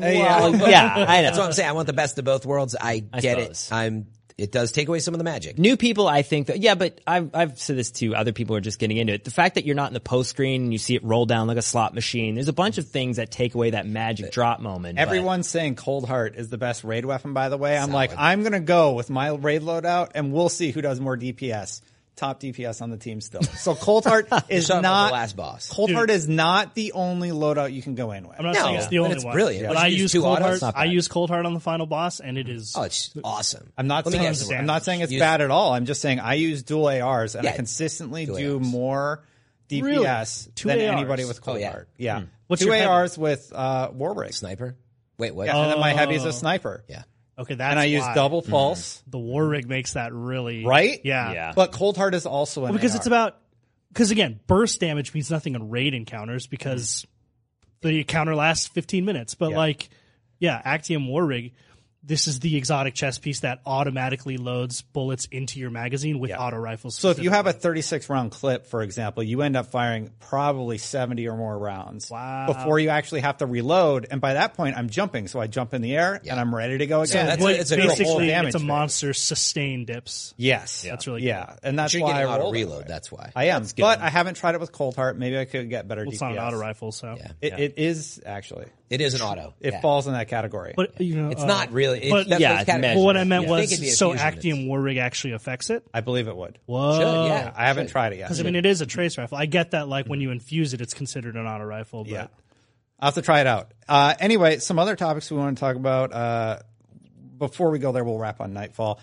Speaker 4: Well, yeah, I know.
Speaker 7: That's what I'm saying. I want the best of both worlds. I, get
Speaker 4: suppose.
Speaker 7: it. I'm. It does take away some of the magic.
Speaker 4: New people, I think that, yeah, but I've, I've said this to other people who are just getting into it. The fact that you're not in the post screen and you see it roll down like a slot machine, there's a bunch of things that take away that magic drop moment. but-
Speaker 3: Everyone's saying Cold Heart is the best raid weapon, by the way. I'm like, I'm going to go with my raid loadout and we'll see who does more DPS. Top DPS on the team still. So Cold Heart is
Speaker 7: Shut up,
Speaker 3: not
Speaker 7: the last boss.
Speaker 3: Cold Heart is not the only loadout you can go in with.
Speaker 5: I'm not
Speaker 7: No,
Speaker 5: saying it's the
Speaker 7: but
Speaker 5: only
Speaker 7: it's
Speaker 5: one.
Speaker 7: brilliant.
Speaker 5: But
Speaker 7: Like,
Speaker 5: I
Speaker 7: you
Speaker 5: use
Speaker 7: use two
Speaker 5: cold
Speaker 7: autos,
Speaker 5: heart.
Speaker 7: not
Speaker 5: I
Speaker 7: bad.
Speaker 5: use cold heart on the final boss, and it is
Speaker 7: Oh, it's awesome.
Speaker 3: I'm not
Speaker 7: Let me
Speaker 3: saying
Speaker 7: guess.
Speaker 3: I'm not saying it's bad at all. I'm just saying I use dual ARs and I
Speaker 7: Yeah,
Speaker 3: consistently
Speaker 7: dual
Speaker 3: do
Speaker 7: ARs.
Speaker 3: more DPS
Speaker 5: Two
Speaker 3: than
Speaker 5: ARs?
Speaker 3: anybody with Cold
Speaker 7: Oh, yeah.
Speaker 3: Heart. Yeah.
Speaker 5: What's
Speaker 3: Two
Speaker 5: your heavy-
Speaker 3: ARs with uh, Warwick.
Speaker 7: Sniper. Wait, what?
Speaker 3: Yeah, and then my heavy is a sniper.
Speaker 7: Yeah. Hmm.
Speaker 5: okay. Oh. That's
Speaker 3: And I use
Speaker 5: why.
Speaker 3: double pulse,
Speaker 5: The war rig makes that really
Speaker 3: right?
Speaker 5: Yeah,
Speaker 4: Yeah.
Speaker 3: But Cold Heart is also an
Speaker 5: Well, because
Speaker 3: AR.
Speaker 5: it's about because again, burst damage means nothing on raid encounters because the encounter lasts 15 minutes. But like, yeah, Actium War Rig, this is the exotic chess piece that automatically loads bullets into your magazine with auto rifles.
Speaker 3: So if you have a 36 round clip, for example, you end up firing probably 70 or more rounds before you actually have to reload. And by that point, I'm jumping. So I jump in the air and I'm ready to go again.
Speaker 7: that's-
Speaker 5: Like,
Speaker 7: it's a
Speaker 3: real
Speaker 5: basically
Speaker 3: damage
Speaker 5: it's a
Speaker 3: rate.
Speaker 5: monster sustain dips.
Speaker 3: yes.
Speaker 5: That's really
Speaker 3: Yeah. And that's
Speaker 7: You're
Speaker 3: why I
Speaker 7: getting auto
Speaker 3: rolled it.
Speaker 7: reload. That's why.
Speaker 3: I am. But I haven't tried it with Cold Heart. Maybe I could get better
Speaker 5: Well,
Speaker 3: DPS.
Speaker 5: it's not an auto rifle, so
Speaker 3: It, it is actually.
Speaker 7: It is an auto.
Speaker 3: It
Speaker 7: Yeah.
Speaker 3: falls in that category.
Speaker 5: But you know,
Speaker 7: It's
Speaker 5: uh,
Speaker 7: not really. It,
Speaker 5: but-
Speaker 7: that's
Speaker 4: Yeah,
Speaker 7: what
Speaker 4: it's
Speaker 7: kinda-
Speaker 4: measured.
Speaker 5: But what I meant
Speaker 4: Yeah.
Speaker 7: I think it'd be
Speaker 5: was
Speaker 7: a
Speaker 5: so
Speaker 7: fusion. It's-
Speaker 5: Actium War Rig actually affects it.
Speaker 3: I believe it would.
Speaker 5: Whoa.
Speaker 7: Should, yeah.
Speaker 3: I haven't tried it yet.
Speaker 5: Because I mean, it is a trace rifle. I get that. Like when you infuse it, it's considered an auto rifle. But
Speaker 3: Yeah. I'll have to try it out. Uh, anyway, some other topics we want to talk about. Uh, before we go there, we'll wrap on Nightfall.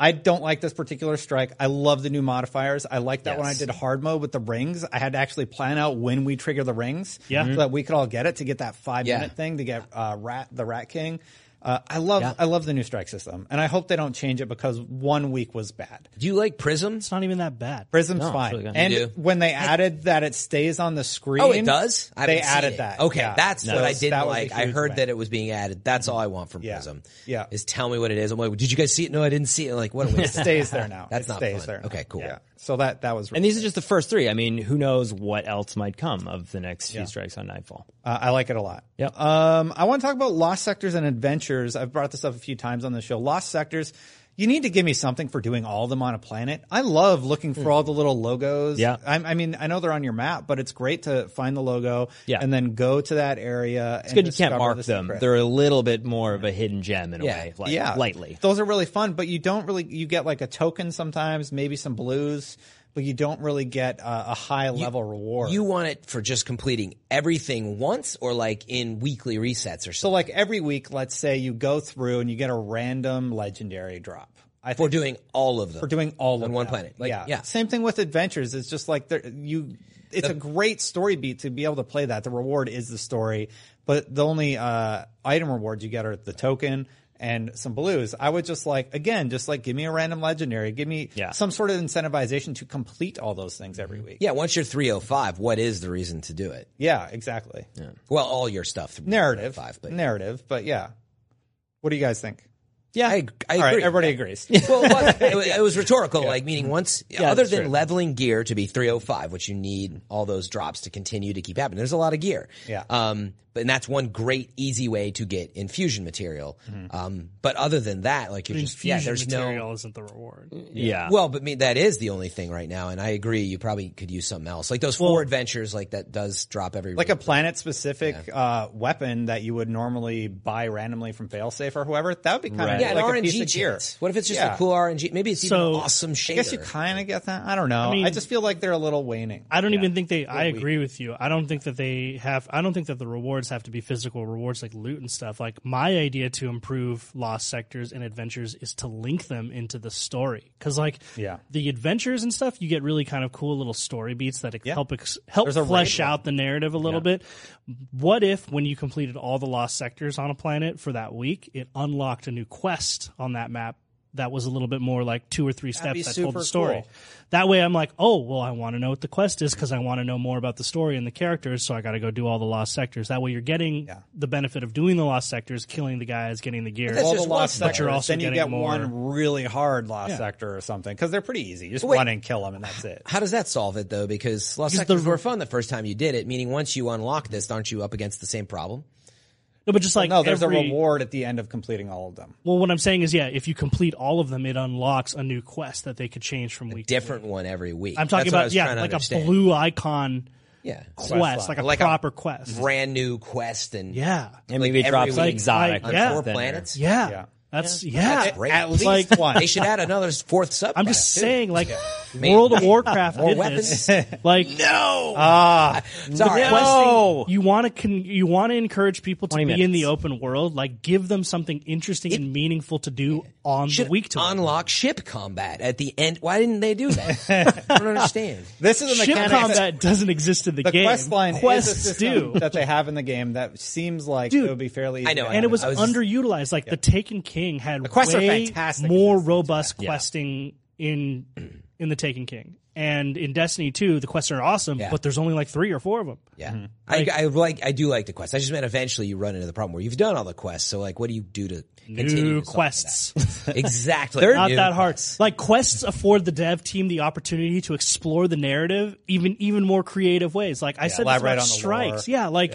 Speaker 3: I don't like this particular strike. I love the new modifiers. I like that when I did hard mode with the rings, I had to actually plan out when we trigger the rings
Speaker 5: Yeah.
Speaker 3: so that we could all get it to get that five
Speaker 7: Yeah.
Speaker 3: minute thing to get uh, rat the Rat King. Uh, I love I love the new strike system, and I hope they don't change it because one week was bad.
Speaker 7: Do you like prisms?
Speaker 5: it's not even that bad.
Speaker 3: Prism's fine,
Speaker 4: really good.
Speaker 3: and
Speaker 7: You do?
Speaker 3: when they added that it stays on the screen,
Speaker 7: Oh, it does. I haven't
Speaker 3: they
Speaker 7: seen
Speaker 3: added
Speaker 7: it.
Speaker 3: that.
Speaker 7: Okay,
Speaker 3: Yeah.
Speaker 7: that's
Speaker 3: So
Speaker 7: what I didn't
Speaker 3: that was a
Speaker 7: like. I
Speaker 3: huge
Speaker 7: heard
Speaker 3: win. Mm-hmm.
Speaker 7: that it was being added. That's all I want from
Speaker 3: Yeah.
Speaker 7: Prism.
Speaker 3: Yeah.
Speaker 7: is tell me what it is. I'm like, did you guys see it? No, I didn't see it. Like, what? a waste of time.
Speaker 3: stays there now.
Speaker 7: That's
Speaker 3: it
Speaker 7: not
Speaker 3: stays
Speaker 7: fun.
Speaker 3: there. now.
Speaker 7: Okay, cool.
Speaker 3: Yeah. So that that was.
Speaker 4: and these are just the first three. I mean, who knows what else might come of the next few strikes on Nightfall.
Speaker 3: Uh, I like it a lot.
Speaker 4: Yep.
Speaker 3: Um, I want to talk about Lost Sectors and Adventures. I've brought this up a few times on the show. Lost Sectors, you need to give me something for doing all of them on a planet. I love looking for all the little logos.
Speaker 4: Hmm. Yeah.
Speaker 3: I, I mean, I know they're on your map, but it's great to find the logo
Speaker 4: Yeah.
Speaker 3: and then go to that area.
Speaker 4: It's good you can't mark them. They're a little bit more of a hidden gem in a
Speaker 7: Yeah.
Speaker 4: way, like
Speaker 3: yeah,
Speaker 4: lightly.
Speaker 3: Those are really fun, but you don't really you get like a token sometimes, maybe some blues, but you don't really get uh, a high level reward.
Speaker 7: You want it for just completing everything once, or like in weekly resets or something.
Speaker 3: So like every week, let's say you go through and you get a random legendary drop. I
Speaker 7: for
Speaker 3: think
Speaker 7: doing all of them.
Speaker 3: we're doing all of
Speaker 7: on one
Speaker 3: them.
Speaker 7: planet. Like,
Speaker 3: yeah.
Speaker 7: yeah.
Speaker 3: Same thing with adventures. It's just like there, you. It's a great story beat to be able to play that. The reward is the story, but the only uh, item rewards you get are the token and some blues, I would just like, again, just like give me a random legendary, give me
Speaker 4: Yeah.
Speaker 3: some sort of incentivization to complete all those things every week.
Speaker 7: Mm-hmm. Yeah, once you're 305, what is the reason to do it?
Speaker 3: Yeah, exactly.
Speaker 7: Well, all your stuff.
Speaker 3: Narrative.
Speaker 7: 305, but
Speaker 3: narrative, but yeah. What do you guys think?
Speaker 7: yeah, I, I
Speaker 3: All right,
Speaker 7: agree.
Speaker 3: everybody agrees.
Speaker 7: well, it was, it was- it was rhetorical. Like meaning once, other
Speaker 4: that's
Speaker 7: than
Speaker 4: true.
Speaker 7: leveling gear to be 305, which you need all those drops to continue to keep happening. There's a lot of gear.
Speaker 3: Yeah.
Speaker 7: Um, but and that's one great easy way to get infusion material.
Speaker 3: Mm-hmm.
Speaker 7: Um, but other than that, like you're just yeah,
Speaker 5: Infusion
Speaker 7: there's
Speaker 5: material
Speaker 7: no.
Speaker 5: isn't the reward.
Speaker 4: Yeah.
Speaker 7: Well, but I mean, that is the only thing right now, and I agree. You probably could use something else, like those four adventures, like that does drop every
Speaker 3: like a planet specific uh, weapon that you would normally buy randomly from failsafe or whoever. That would be kind of
Speaker 7: yeah,
Speaker 3: like
Speaker 7: an
Speaker 3: a piece
Speaker 7: RNG
Speaker 3: of gear.
Speaker 7: chance. What if it's just
Speaker 3: Yeah.
Speaker 7: a cool RNG? Maybe it's even
Speaker 5: So-
Speaker 7: an awesome shader.
Speaker 3: I guess you kind of get that. I don't know. I,
Speaker 5: mean-
Speaker 3: just feel like they're a little waning.
Speaker 5: I don't even think they. I agree with you. I don't think that they have. I don't think that the rewards have to be physical rewards like loot and stuff. Like my idea to improve lost sectors and adventures is to link them into the story because like
Speaker 3: Yeah.
Speaker 5: the adventures and stuff you get really kind of cool little story beats that
Speaker 3: Yeah.
Speaker 5: help ex- help
Speaker 3: There's a
Speaker 5: flesh
Speaker 3: raid one.
Speaker 5: out the narrative a little bit. What if when you completed all the lost sectors on a planet for that week, it unlocked a new quest on that map? That was a little bit more like two or three
Speaker 3: That'd be
Speaker 5: steps that told
Speaker 3: super
Speaker 5: the story.
Speaker 3: cool.
Speaker 5: That way, I'm like, oh, well, I want to know what the quest is because I want to know more about the story and the characters, so I got to go do all the lost sectors. That way, you're getting the benefit of doing the lost sectors, killing the guys, getting the gear.
Speaker 7: that's
Speaker 3: all
Speaker 7: just
Speaker 3: the lost
Speaker 7: one, but
Speaker 3: sectors.
Speaker 5: you're also
Speaker 3: then you
Speaker 5: getting
Speaker 3: get
Speaker 5: more-
Speaker 3: one really hard lost sector or something because they're pretty easy. You just
Speaker 7: Wait.
Speaker 3: run and kill them, and that's it.
Speaker 7: How does that solve it though? Because Lost Sectors were fun the first time you did it. Meaning, once you unlock this, aren't you up against the same problem?
Speaker 5: no, but just like
Speaker 3: no, there's a
Speaker 5: every-
Speaker 3: reward at the end of completing all of them.
Speaker 5: Well, what I'm saying is, yeah, if you complete all of them, it unlocks a new quest that they could change from week. to week.
Speaker 7: Different one every week.
Speaker 5: I'm
Speaker 7: That's
Speaker 5: talking
Speaker 7: what I
Speaker 5: about
Speaker 7: was
Speaker 5: yeah,
Speaker 7: trying to
Speaker 5: like
Speaker 7: understand.
Speaker 5: a blue icon
Speaker 7: yeah,
Speaker 5: quest, like a
Speaker 7: Like a
Speaker 5: proper quest.
Speaker 7: brand new quest and
Speaker 5: yeah, yeah,
Speaker 4: and maybe it
Speaker 7: every
Speaker 4: drops an
Speaker 7: week,
Speaker 4: exotic.
Speaker 5: like,
Speaker 7: on
Speaker 4: or
Speaker 5: yeah.
Speaker 7: four
Speaker 4: something, or-
Speaker 7: planets.
Speaker 5: That's yeah.
Speaker 7: Great.
Speaker 3: At least
Speaker 5: Like-
Speaker 3: one.
Speaker 7: They should add another fourth sub.
Speaker 5: I'm just saying, like World of Warcraft
Speaker 7: More
Speaker 5: did
Speaker 7: weapons?
Speaker 5: this. Oh, Like uh,
Speaker 7: No.
Speaker 3: Ah,
Speaker 7: Sorry. I was
Speaker 3: no.
Speaker 5: you want to con- you want to encourage people to be
Speaker 4: 20
Speaker 5: in the
Speaker 4: minutes.
Speaker 5: open world. Like give them something interesting and meaningful to do on the
Speaker 7: should
Speaker 5: week to week.
Speaker 7: unlock ship combat at the end. Why didn't they do that? I don't understand.
Speaker 3: This is a
Speaker 5: Ship
Speaker 3: mechanic. that-
Speaker 5: combat doesn't exist in the,
Speaker 3: The
Speaker 5: game.
Speaker 3: quest line is a
Speaker 5: Quests
Speaker 3: system
Speaker 5: do.
Speaker 3: that they have in the game that seems like
Speaker 5: Dude.
Speaker 3: it would be fairly. Easy
Speaker 7: I know,
Speaker 3: to
Speaker 7: I
Speaker 5: and it was,
Speaker 7: I was-
Speaker 5: underutilized. Like the Taken King had
Speaker 3: quests are
Speaker 5: way
Speaker 3: fantastic in
Speaker 5: more
Speaker 3: Destiny
Speaker 5: robust questing in in the Taken King, and in Destiny 2, the quests are awesome, but there's only like three or four of them.
Speaker 7: Yeah, I, I like I do like the quest. I just meant eventually you run into the problem where you've done all the quests. So like, what do you do to continue
Speaker 5: New
Speaker 7: to solve
Speaker 5: quests,
Speaker 7: that? Exactly,
Speaker 5: not
Speaker 7: New
Speaker 5: that hard.
Speaker 7: quests.
Speaker 5: Like quests afford the dev team the opportunity to explore the narrative even even more creative ways. Like I said, this
Speaker 3: elaborate
Speaker 5: about
Speaker 3: on the
Speaker 5: strikes.
Speaker 3: lore.
Speaker 5: Yeah, like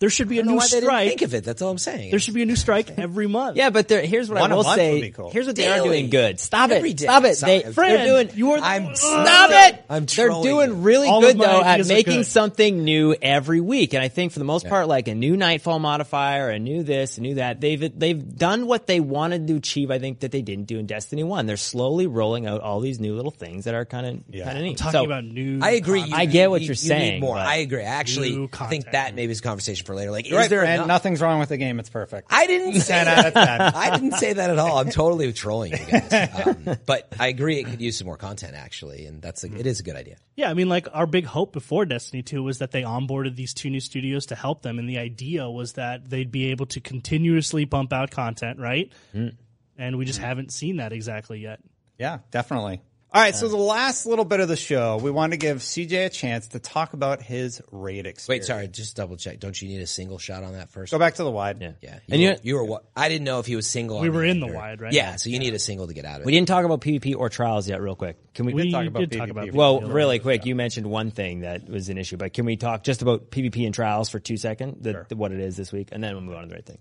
Speaker 5: there should be a
Speaker 7: I don't know
Speaker 5: new
Speaker 7: why they didn't think
Speaker 5: strike.
Speaker 7: of it. That's all I'm saying.
Speaker 5: There should be a new strike every month.
Speaker 4: Yeah, but there, here's what
Speaker 3: One a
Speaker 4: I will
Speaker 3: month
Speaker 4: say.
Speaker 3: would be cool.
Speaker 4: Here's what they are
Speaker 7: Daily.
Speaker 4: doing good. Stop
Speaker 7: Every
Speaker 4: it.
Speaker 7: day.
Speaker 4: Stop it.
Speaker 7: Sorry.
Speaker 4: They,
Speaker 7: Friend,
Speaker 4: they're doing. You are.
Speaker 7: I'm-
Speaker 4: stop it.
Speaker 7: I'm
Speaker 4: they're
Speaker 7: trolling you.
Speaker 4: doing really
Speaker 5: All of
Speaker 4: good
Speaker 5: my
Speaker 4: though at
Speaker 5: ideas are
Speaker 4: making
Speaker 5: good.
Speaker 4: something new every week, and I think for the most part, like a new nightfall modifier, a new this, a new that. They've they've done what they wanted to achieve. I think that they didn't do in Destiny One. They're slowly rolling out all these new little things that are kind of kind of neat.
Speaker 5: Talking
Speaker 4: so,
Speaker 5: about new.
Speaker 7: I agree. You,
Speaker 4: I get what
Speaker 7: you-
Speaker 4: you're
Speaker 7: you Need
Speaker 4: saying,
Speaker 7: more.
Speaker 4: but-
Speaker 7: I agree. I actually
Speaker 5: New
Speaker 7: think
Speaker 5: content.
Speaker 7: that maybe is a conversation for later. Like,
Speaker 3: You're
Speaker 7: is
Speaker 3: right,
Speaker 7: there
Speaker 3: Fran,
Speaker 7: enough?
Speaker 3: nothing? Nothing's wrong with the game. It's perfect.
Speaker 7: I didn't say
Speaker 3: Ten
Speaker 7: that.
Speaker 3: out of ten.
Speaker 7: I didn't say that at all. I'm totally trolling you guys. Um, but I agree. It could use some more content actually, and that's a, it is a good idea.
Speaker 5: Yeah, I mean, like our big hope before Destiny 2 was that they onboarded these two new studios to help them, and the idea was that they'd be able to continuously pump out content, right?
Speaker 4: Mm.
Speaker 5: And we just haven't seen that exactly yet.
Speaker 3: Yeah, definitely. All right, so the last little bit of the show, we want to give CJ a chance to talk about his raid experience.
Speaker 7: Wait, sorry. Just double check. Don't you need a single shot on that first?
Speaker 3: Go back to the wide. Yeah.
Speaker 7: Yeah, you
Speaker 4: And you-
Speaker 7: were, you were. wa- I didn't know if he was single.
Speaker 5: We
Speaker 7: on
Speaker 5: were in the
Speaker 7: end or-
Speaker 5: wide, right?
Speaker 7: Yeah, so you need a single to get out of it.
Speaker 4: we didn't talk about PvP or trials yet. Real quick, can we?
Speaker 5: We
Speaker 3: talk about
Speaker 5: did talk
Speaker 3: PvP.
Speaker 5: about PvP.
Speaker 4: Well, really quick, you mentioned one thing that was an issue, but can we talk just about PvP and trials for two seconds, the, the- what it is this week, and then we'll move on to the right thing.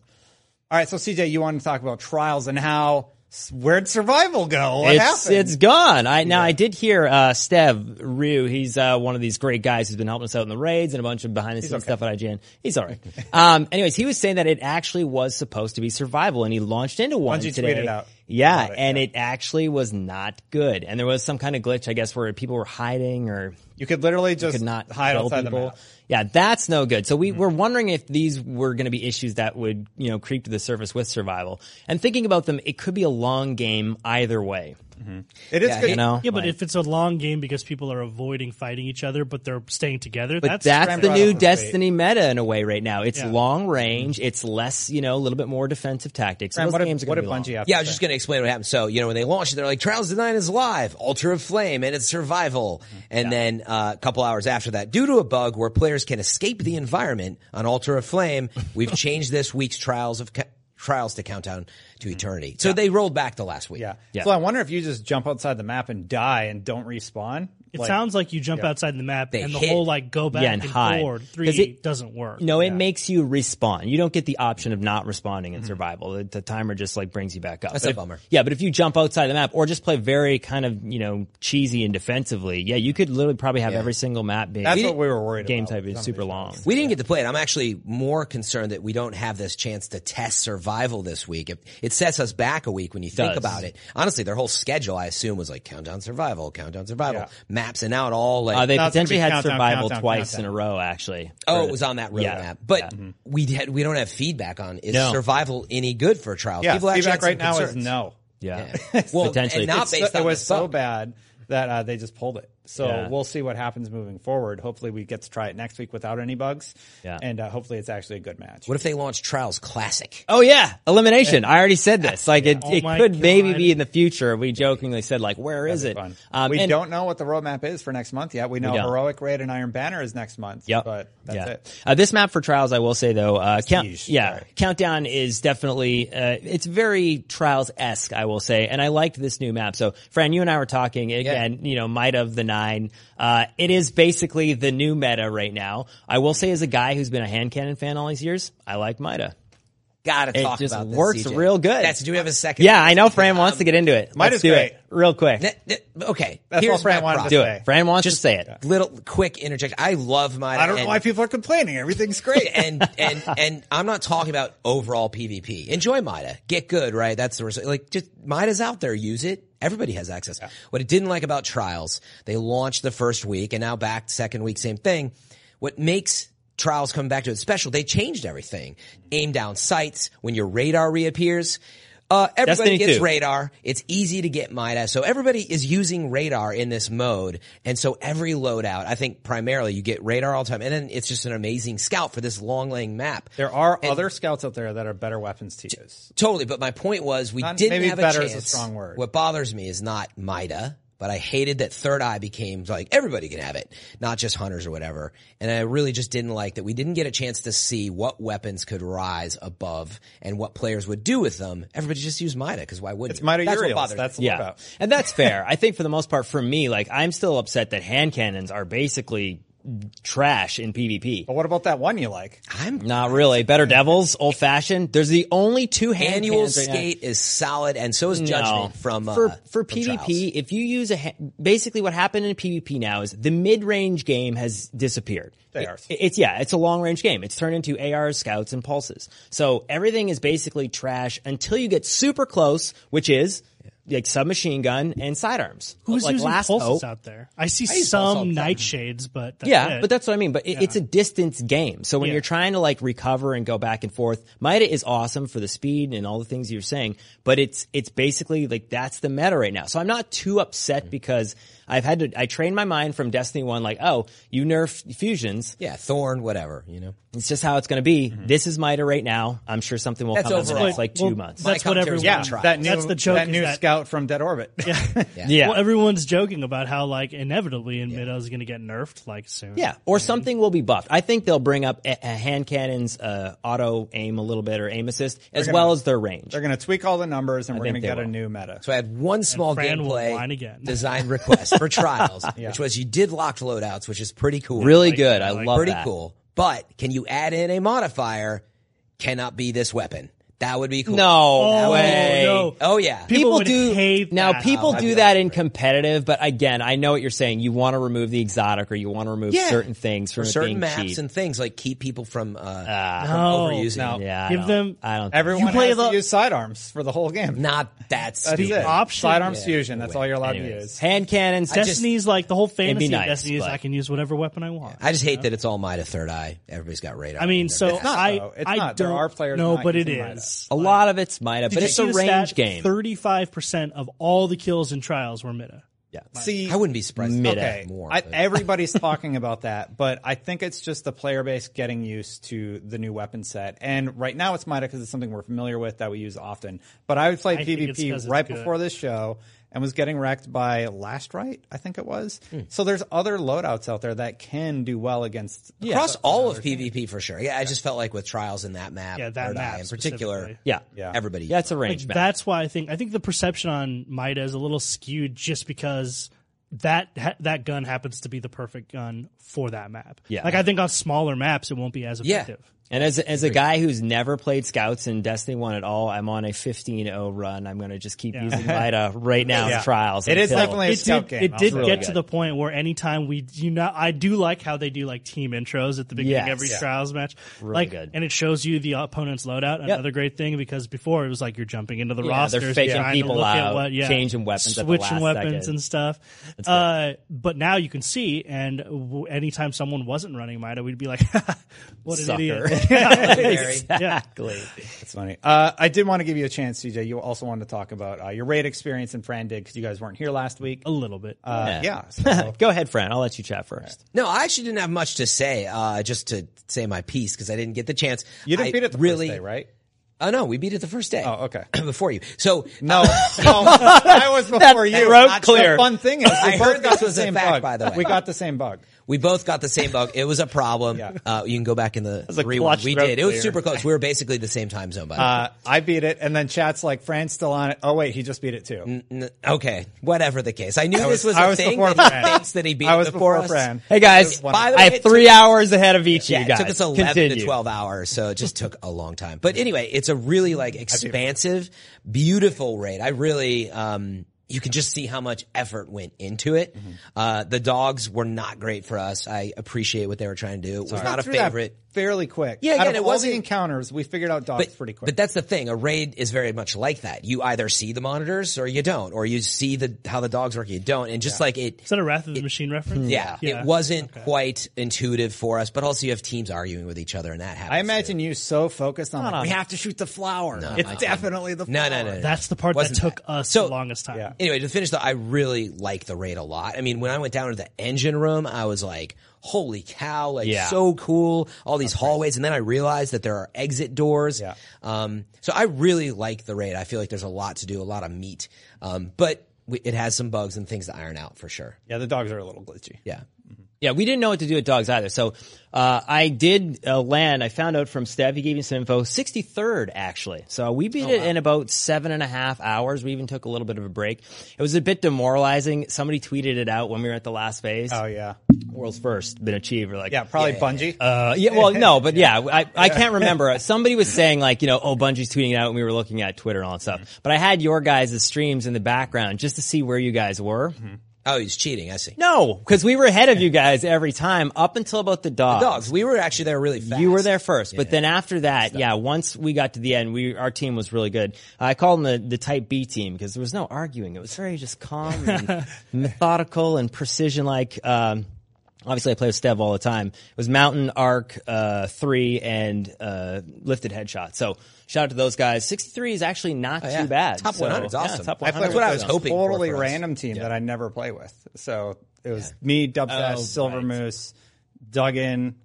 Speaker 3: All right, so CJ, you want to talk about trials and how where'd survival go? What
Speaker 4: it's
Speaker 3: happened?
Speaker 4: it's gone. I now I did hear uh, Stev Rue. He's uh, one of these great guys who's been helping us out in the raids and a bunch of behind the scenes stuff at IGN. He's all right. um, anyways, he was saying that it actually was supposed to be survival, and he launched into one
Speaker 3: Bungie
Speaker 4: today.
Speaker 3: tweeted out
Speaker 4: Yeah,
Speaker 3: about it,
Speaker 4: and
Speaker 3: yeah.
Speaker 4: it actually was not good, and there was some kind of glitch, I guess, where people were hiding or
Speaker 3: you could literally just
Speaker 4: could not
Speaker 3: hide
Speaker 4: kill
Speaker 3: outside the
Speaker 4: people.
Speaker 3: map.
Speaker 4: Yeah, that's no good. So we were wondering if these were going to be issues that would, you know, creep to the surface with survival. And thinking about them, it could be a long game either way.
Speaker 3: It is
Speaker 7: Yeah,
Speaker 3: good.
Speaker 7: he-
Speaker 4: You know?
Speaker 5: Yeah, but
Speaker 4: Like,
Speaker 5: if it's a long game because people are avoiding fighting each other, but they're staying together,
Speaker 4: But
Speaker 5: that's,
Speaker 4: that's,
Speaker 3: Grand
Speaker 4: the
Speaker 3: Theft
Speaker 4: new
Speaker 3: Auto.
Speaker 4: Destiny meta in a way right now. It's
Speaker 5: Yeah.
Speaker 4: long range. It's less, you know, a little bit more defensive tactics.
Speaker 3: Graham,
Speaker 4: Those
Speaker 3: what,
Speaker 4: games
Speaker 3: did,
Speaker 4: are
Speaker 3: what
Speaker 4: gonna
Speaker 3: did
Speaker 4: be long.
Speaker 3: Bungie have
Speaker 7: Yeah, I
Speaker 3: to
Speaker 7: was
Speaker 3: say?
Speaker 7: just going to explain what happened. So, you know, when they launched it, they're like, Trials of the Nine is live, Ultra of Flame, and it's survival. And then uh, a couple hours after that, due to a bug where players can escape the environment on Ultra of Flame, we've changed this week's Trials of Ca- Trials to Countdown to Eternity. So they rolled back to last week.
Speaker 3: Yeah. So I wonder if you just jump outside the map and die and don't respawn.
Speaker 5: it sounds like you jump outside the map
Speaker 7: They
Speaker 5: and the
Speaker 7: hit.
Speaker 5: whole like go back
Speaker 4: Yeah, and
Speaker 5: and,
Speaker 4: hide.
Speaker 5: forward
Speaker 4: 'Cause
Speaker 5: three
Speaker 4: it-
Speaker 5: doesn't work.
Speaker 4: No, it makes you respawn. You don't get the option of not responding in survival. The, the timer just like brings you back up.
Speaker 7: That's
Speaker 4: But
Speaker 7: a
Speaker 4: if-
Speaker 7: bummer.
Speaker 4: Yeah, but if you jump outside the map or just play very kind of, you know, cheesy and defensively, yeah, you could literally probably have every single map being
Speaker 3: That's what we were worried
Speaker 4: game
Speaker 3: about.
Speaker 4: type is super long.
Speaker 7: We didn't get to play it. I'm actually more concerned that we don't have this chance to test survival this week. It, it sets us back a week when you think
Speaker 4: Does.
Speaker 7: about it. Honestly, their whole schedule, I assume, was like countdown survival, countdown survival, maps, and now it all like
Speaker 4: Uh, they
Speaker 3: No, it's gonna
Speaker 4: potentially
Speaker 3: be
Speaker 4: had
Speaker 3: countdown,
Speaker 4: survival
Speaker 3: countdown,
Speaker 4: twice
Speaker 3: countdown.
Speaker 4: in a row, actually.
Speaker 7: Oh,
Speaker 4: For
Speaker 7: it
Speaker 4: the-
Speaker 7: was on that roadmap,
Speaker 4: Yeah.
Speaker 7: but
Speaker 3: Mm-hmm.
Speaker 7: we had, we don't have feedback on is
Speaker 4: No.
Speaker 7: survival any good for trials?
Speaker 3: Yeah.
Speaker 7: People actually
Speaker 3: feedback
Speaker 7: had some
Speaker 3: right now is
Speaker 7: concerns.
Speaker 3: no.
Speaker 4: Yeah.
Speaker 7: Well,
Speaker 4: Potentially.
Speaker 7: and not
Speaker 4: It's-
Speaker 7: based
Speaker 3: So-
Speaker 7: on
Speaker 3: it was
Speaker 7: this
Speaker 3: so
Speaker 7: bug.
Speaker 3: bad that uh, they just pulled it. So
Speaker 4: Yeah.
Speaker 3: we'll see what happens moving forward. Hopefully, we get to try it next week without any bugs.
Speaker 4: Yeah.
Speaker 3: And uh, hopefully, it's actually a good match.
Speaker 7: What if they launched Trials Classic?
Speaker 4: Oh yeah, elimination. I already said this. Like it,
Speaker 5: Oh
Speaker 4: it
Speaker 5: my
Speaker 4: could maybe
Speaker 5: God.
Speaker 4: be in the future. We jokingly said like, where is it?
Speaker 3: Fun.
Speaker 4: Um,
Speaker 3: we
Speaker 4: and-
Speaker 3: don't know what the roadmap is for next month yet. We know
Speaker 4: don't.
Speaker 3: heroic raid and iron banner is next month.
Speaker 4: Yep.
Speaker 3: But that's
Speaker 4: yeah.
Speaker 3: it.
Speaker 4: Uh, this map for trials, I will say though, uh, count,
Speaker 3: Siege,
Speaker 4: yeah,
Speaker 3: sorry.
Speaker 4: countdown is definitely uh, it's very trials esque, I will say, and I liked this new map. So, Fran, you and I were talking again. You know, might of the nine. Uh, it is basically the new meta right now. I will say, as a guy who's been a hand cannon fan all these years, I like Mida.
Speaker 7: Gotta
Speaker 4: It
Speaker 7: talk
Speaker 4: just
Speaker 7: about this.
Speaker 4: works
Speaker 7: CJ.
Speaker 4: real good.
Speaker 7: That's, do we have a second?
Speaker 4: Yeah, I know. Fran wants to get into it.
Speaker 3: Might
Speaker 4: Let's
Speaker 3: is
Speaker 4: do
Speaker 3: great.
Speaker 4: it real quick.
Speaker 7: Th- th- okay.
Speaker 3: That's
Speaker 7: here's
Speaker 3: all Fran
Speaker 7: my
Speaker 3: wanted to
Speaker 7: problem.
Speaker 4: Do
Speaker 3: say.
Speaker 4: it. Fran wants to say it.
Speaker 7: Little quick interjection. I love my.
Speaker 3: I don't know why people are complaining. Everything's great.
Speaker 7: and and and I'm not talking about overall PvP. Enjoy Mida, get good, right? That's the result. Like, just Mida's out there, use it. Everybody has access. What I didn't like about Trials, they launched the first week, and now back second week, same thing. What makes Trials come back to it special? They changed everything. Aim down sights when your radar reappears. Uh, everybody
Speaker 4: Destiny
Speaker 7: gets
Speaker 4: two.
Speaker 7: radar. It's easy to get Mida. So everybody is using radar in this mode. And so every loadout, I think primarily you get radar all the time. And then it's just an amazing scout for this long lane map.
Speaker 3: there are other scouts out there that are better weapons to use.
Speaker 7: Totally. But my point was we
Speaker 3: Not-
Speaker 7: didn't
Speaker 3: maybe
Speaker 7: have a
Speaker 3: better
Speaker 7: chance.
Speaker 3: is a strong word.
Speaker 7: What bothers me is not Mida, but I hated that Third Eye became like everybody can have it, not just hunters or whatever. And I really just didn't like that we didn't get a chance to see what weapons could rise above and what players would do with them. Everybody just used Mida because why wouldn't
Speaker 3: It's
Speaker 7: you?
Speaker 3: Mida
Speaker 7: That's what
Speaker 3: Uriels.
Speaker 7: bothers me.
Speaker 3: That's
Speaker 4: yeah.
Speaker 3: about.
Speaker 4: And that's fair. I think for the most part, for me, like I'm still upset that hand cannons are basically trash in PvP.
Speaker 3: But what about that one you like?
Speaker 7: I'm
Speaker 4: Not really. Better devils, old fashioned. There's the only two hand
Speaker 7: Annual
Speaker 4: cannons right now.
Speaker 7: skate is solid, and so is
Speaker 4: No.
Speaker 7: judgment from uh,
Speaker 4: for for
Speaker 7: from
Speaker 4: PvP.
Speaker 7: Trials.
Speaker 4: If you use a ha- basically what happened in PvP now is the mid range game has disappeared.
Speaker 3: They
Speaker 4: It-
Speaker 3: are.
Speaker 4: it's yeah, it's a long range game. It's turned into ARs, scouts, and pulses. So everything is basically trash until you get super close, which is like submachine gun and sidearms.
Speaker 5: Who's
Speaker 4: like
Speaker 5: using
Speaker 4: last
Speaker 5: pulses
Speaker 4: hope.
Speaker 5: out there? I see
Speaker 7: use pulse all
Speaker 5: some
Speaker 7: the time.
Speaker 5: nightshades, but that's
Speaker 4: Yeah,
Speaker 5: it.
Speaker 4: but that's what I mean. But it, it's a distance game. So when
Speaker 5: Yeah.
Speaker 4: you're trying to like recover and go back and forth, Mida is awesome for the speed and all the things you're saying, but it's, it's basically like that's the meta right now. So I'm not too upset because I've had to, I trained my mind from Destiny 1, like, oh, you nerf fusions.
Speaker 7: yeah, Thorn, whatever you know.
Speaker 4: It's just how it's going to be. This is Mida right now. I'm sure something will
Speaker 7: That's
Speaker 4: come in the
Speaker 7: overall.
Speaker 4: next like two
Speaker 5: Well,
Speaker 4: months.
Speaker 5: That's what
Speaker 7: commentary is
Speaker 5: everyone.
Speaker 7: Yeah,
Speaker 5: tried.
Speaker 3: that new,
Speaker 5: that's the joke.
Speaker 3: that
Speaker 5: is
Speaker 3: new
Speaker 5: that-
Speaker 3: scout from Dead Orbit.
Speaker 4: yeah.
Speaker 5: Well, everyone's joking about how like inevitably in mid is going to get nerfed like soon.
Speaker 4: Yeah, or something will be buffed. I think they'll bring up a, a hand cannon's uh, auto aim a little bit or aim assist as well as their range.
Speaker 3: They're going to tweak all the numbers, and we're
Speaker 4: think
Speaker 3: going to
Speaker 4: they
Speaker 3: get a
Speaker 4: will.
Speaker 3: new meta.
Speaker 7: So I had one small
Speaker 5: Fran will whine
Speaker 7: gameplay
Speaker 5: again.
Speaker 7: design request for Trials, which was you did locked loadouts, which is pretty cool.
Speaker 4: Really good. I, love
Speaker 7: pretty
Speaker 4: that.
Speaker 7: cool. But can you add in a modifier? Cannot be this weapon. That would be cool.
Speaker 4: No
Speaker 5: Oh,
Speaker 4: way.
Speaker 5: no.
Speaker 7: Oh yeah.
Speaker 5: People would
Speaker 4: do
Speaker 5: hate
Speaker 4: now.
Speaker 5: that.
Speaker 4: People
Speaker 7: Oh,
Speaker 4: do
Speaker 7: I'd be
Speaker 4: that
Speaker 7: all
Speaker 4: in competitive, but again, I know what you're saying. You want to remove the exotic, or you want to remove
Speaker 7: Yeah.
Speaker 4: certain things from it
Speaker 7: certain
Speaker 4: being
Speaker 7: maps
Speaker 4: cheap. Ah.
Speaker 7: and things like keep people from, uh, from
Speaker 5: No.
Speaker 7: overusing.
Speaker 3: No.
Speaker 7: it.
Speaker 4: yeah, I
Speaker 5: give
Speaker 4: don't-
Speaker 5: them-
Speaker 4: I don't. Think.
Speaker 3: Everyone
Speaker 5: You play
Speaker 3: has
Speaker 5: the-
Speaker 3: to use sidearms for the whole game.
Speaker 7: Not that
Speaker 3: That's
Speaker 7: stupid.
Speaker 3: it.
Speaker 5: option.
Speaker 3: Sidearms
Speaker 5: Yeah.
Speaker 3: fusion. That's all you're allowed to use.
Speaker 4: hand cannons.
Speaker 5: Destiny's like the whole fantasy
Speaker 4: nice,
Speaker 5: of Destiny is
Speaker 4: but-
Speaker 5: I can use whatever weapon I want.
Speaker 7: I just hate that it's all Mida Third Eye. Everybody's got radar.
Speaker 5: I mean, so
Speaker 3: not,
Speaker 5: I
Speaker 3: though. It's
Speaker 5: I
Speaker 3: not. There
Speaker 5: don't
Speaker 3: are players
Speaker 5: no,
Speaker 3: not
Speaker 5: but it
Speaker 3: using Mida.
Speaker 5: is. Yes.
Speaker 8: A lot of it's minor,
Speaker 5: Did
Speaker 8: but
Speaker 5: you
Speaker 8: it's
Speaker 5: see
Speaker 8: a
Speaker 5: the
Speaker 8: range
Speaker 5: stat?
Speaker 8: game.
Speaker 5: 35% of all the kills in trials were meta.
Speaker 8: yeah.
Speaker 3: See,
Speaker 7: I wouldn't be surprised. if
Speaker 8: Mid-
Speaker 7: that
Speaker 3: okay.
Speaker 7: was more.
Speaker 3: I,
Speaker 7: but-
Speaker 3: everybody's talking about that, but I think it's just the player base getting used to the new weapon set. And right now it's Mida because it's something we're familiar with that we use often. But I played
Speaker 5: I think it's 'cause
Speaker 3: PvP
Speaker 5: it's
Speaker 3: right
Speaker 5: good.
Speaker 3: before this show and was getting wrecked by Last Right, I think it was.
Speaker 7: Hmm.
Speaker 3: So there's other loadouts out there that can do well against.
Speaker 7: Across all of PvP for sure. Yeah, I just felt like with trials in that map,
Speaker 5: Yeah, that
Speaker 7: Erdai
Speaker 5: map
Speaker 7: in particular,
Speaker 5: specifically.
Speaker 8: Yeah.
Speaker 3: Yeah.
Speaker 7: everybody.
Speaker 8: Yeah, it's a range map.
Speaker 5: That's why I think I think the perception on Mida is a little skewed just because that ha- that gun happens to be the perfect gun for that map.
Speaker 8: Yeah.
Speaker 5: Like I think on smaller maps it won't be as
Speaker 7: Yeah.
Speaker 5: effective.
Speaker 8: And as as a guy who's never played scouts in Destiny One at all, I'm on a 15-0 run. I'm gonna just keep using Mida right now in trials.
Speaker 3: It is
Speaker 8: until-
Speaker 3: definitely a
Speaker 5: It
Speaker 3: scout
Speaker 5: did,
Speaker 3: game.
Speaker 5: it did
Speaker 3: I'll-
Speaker 5: get to the point where anytime we do not, I do like how they do like team intros at the beginning
Speaker 8: Yes.
Speaker 5: of every
Speaker 8: Yeah.
Speaker 5: trials match.
Speaker 8: Really
Speaker 5: like,
Speaker 8: good.
Speaker 5: and it shows you the opponent's loadout. Another great thing because before it was like you're jumping into the
Speaker 8: Yeah,
Speaker 5: rosters,
Speaker 8: they're faking
Speaker 5: trying
Speaker 8: people
Speaker 5: to look
Speaker 8: out,
Speaker 5: at what, yeah,
Speaker 8: changing weapons at the
Speaker 5: switching
Speaker 8: last
Speaker 5: weapons
Speaker 8: second.
Speaker 5: and stuff. Uh, but now you can see, and w- anytime someone wasn't running Mida, we'd be like, "What an
Speaker 8: Sucker.
Speaker 5: idiot!" Yeah, like, yeah.
Speaker 8: exactly.
Speaker 3: That's funny. Uh, I did want to give you a chance, CJ. You also wanted to talk about uh, your raid experience in Fran because you guys weren't here last week.
Speaker 5: a little bit.
Speaker 3: Uh,
Speaker 8: Yeah.
Speaker 3: yeah. so-
Speaker 8: Go ahead, Fran. I'll let you chat first.
Speaker 7: No, I actually didn't have much to say. Uh, just to say my piece because I didn't get the chance.
Speaker 3: you didn't
Speaker 7: I
Speaker 3: beat it the
Speaker 7: really,
Speaker 3: first day, right?
Speaker 7: Oh no, we beat it the first day.
Speaker 3: Oh, okay.
Speaker 7: Before you, so
Speaker 3: No, no, I was before you.
Speaker 8: road
Speaker 3: That's
Speaker 8: clear.
Speaker 3: The fun thing is, we
Speaker 7: I
Speaker 3: both
Speaker 7: heard
Speaker 3: got
Speaker 7: this
Speaker 3: the
Speaker 7: was a
Speaker 3: same
Speaker 7: fact,
Speaker 3: bug.
Speaker 7: by the way.
Speaker 3: we got the same bug.
Speaker 7: We both got the same bug. It was a problem. Uh, you can go back in the
Speaker 8: a
Speaker 7: three one.
Speaker 8: clutch
Speaker 7: We
Speaker 8: throat
Speaker 7: did. It was
Speaker 8: clear.
Speaker 7: super close. We were basically the same time zone. By the way.
Speaker 3: Uh, I beat it, and then chat's like, "Fran's still on it." Oh wait, he just beat it too.
Speaker 7: Mm, okay, whatever the case. I knew this was,
Speaker 3: I
Speaker 7: a
Speaker 3: was
Speaker 7: thing.
Speaker 3: before
Speaker 7: that he
Speaker 3: Fran.
Speaker 7: thinks that he beat
Speaker 3: I
Speaker 7: it
Speaker 3: was
Speaker 7: before,
Speaker 3: before
Speaker 7: us.
Speaker 3: Fran.
Speaker 8: Hey guys,
Speaker 3: Just one-
Speaker 7: by
Speaker 8: I
Speaker 7: the way,
Speaker 8: have
Speaker 7: it
Speaker 8: three hours ahead of each
Speaker 7: Yeah,
Speaker 8: of you guys.
Speaker 7: it took us 11 to
Speaker 8: Continue.
Speaker 7: 12 hours, so it just took a long time. But anyway, it's a really like expansive, beautiful raid. I really, um, you can just see how much effort went into it.
Speaker 3: Mm-hmm.
Speaker 7: Uh, the dogs were not great for us. I appreciate what they were trying to do. It was not a
Speaker 3: Through that
Speaker 7: favorite.
Speaker 3: fairly quick.
Speaker 7: Yeah,
Speaker 3: Out
Speaker 7: again,
Speaker 3: of
Speaker 7: it
Speaker 3: all
Speaker 7: wasn't-
Speaker 3: the encounters. We figured out dogs
Speaker 7: But,
Speaker 3: pretty quick.
Speaker 7: but that's the thing. A raid is very much like that. You either see the monitors or you don't, or you see the how the dogs work, you don't. And just like it,
Speaker 5: Is that a Wrath of the Machine reference?
Speaker 7: yeah, it wasn't quite intuitive for us. But also, you have teams arguing with each other, and that happens.
Speaker 3: I
Speaker 7: too.
Speaker 3: imagine you so focused on. Like, we have to shoot the flower. it's definitely the
Speaker 7: No,
Speaker 3: flower.
Speaker 7: no, no, no.
Speaker 5: That's the part that
Speaker 7: Wasn't
Speaker 5: took
Speaker 7: that-
Speaker 5: us
Speaker 7: So-
Speaker 5: the longest time.
Speaker 3: Yeah.
Speaker 7: Anyway, to finish though, I really like the raid a lot. I mean, when I went down to the engine room, I was like, holy cow, like
Speaker 8: Yeah.
Speaker 7: so cool, all these hallways. And then I realized that there are exit doors.
Speaker 3: Yeah.
Speaker 7: Um, so I really like the raid. I feel like there's a lot to do, a lot of meat. Um, but we, it has some bugs and things to iron out for sure.
Speaker 3: Yeah, the dogs are a little glitchy.
Speaker 7: Yeah.
Speaker 8: Mm-hmm. Yeah, we didn't know what to do with dogs either. So uh, I did uh, land. I found out from Steph. He gave me some info. Sixty third, actually. So we
Speaker 7: Oh,
Speaker 8: beat it in about seven and a half hours. We even took a little bit of a break. It was a bit demoralizing. Somebody tweeted it out when we were at the last phase.
Speaker 7: Uh,
Speaker 3: Oh yeah,
Speaker 8: World's first been achieved. We're like,
Speaker 3: yeah, probably Bungie.
Speaker 8: uh, yeah, well, no, but yeah, I, I can't remember. Somebody was saying like, you know, oh, Bungie's tweeting it out and we were looking at Twitter and all that stuff. But I had your guys' streams in the background just to see where you guys were.
Speaker 7: Oh, he's cheating. I see.
Speaker 8: No, because we were ahead of you guys every time up until about the dogs.
Speaker 7: Dogs. We were actually there really fast.
Speaker 8: You were there first, but then after that, yeah, once we got to the end, we our team was really good. I called them the, the Type B team because there was no arguing. It was very just calm, and methodical, and precision. Like, um, obviously, I play with Stev all the time. It was Mountain Arc uh, three and uh, lifted headshot. So shout out to those guys. Sixty three is actually
Speaker 5: Oh,
Speaker 8: not
Speaker 7: yeah.
Speaker 8: too bad.
Speaker 7: Top
Speaker 8: So,
Speaker 7: 100 is
Speaker 8: yeah,
Speaker 7: awesome.
Speaker 8: top
Speaker 7: I played
Speaker 8: 100
Speaker 7: with
Speaker 8: is
Speaker 7: I was
Speaker 8: awesome.
Speaker 7: hoping for
Speaker 3: totally
Speaker 7: for us.
Speaker 3: random team that I never play with. So it was me,
Speaker 7: Oh,
Speaker 3: Dubfest, Silver Moose, Duggan.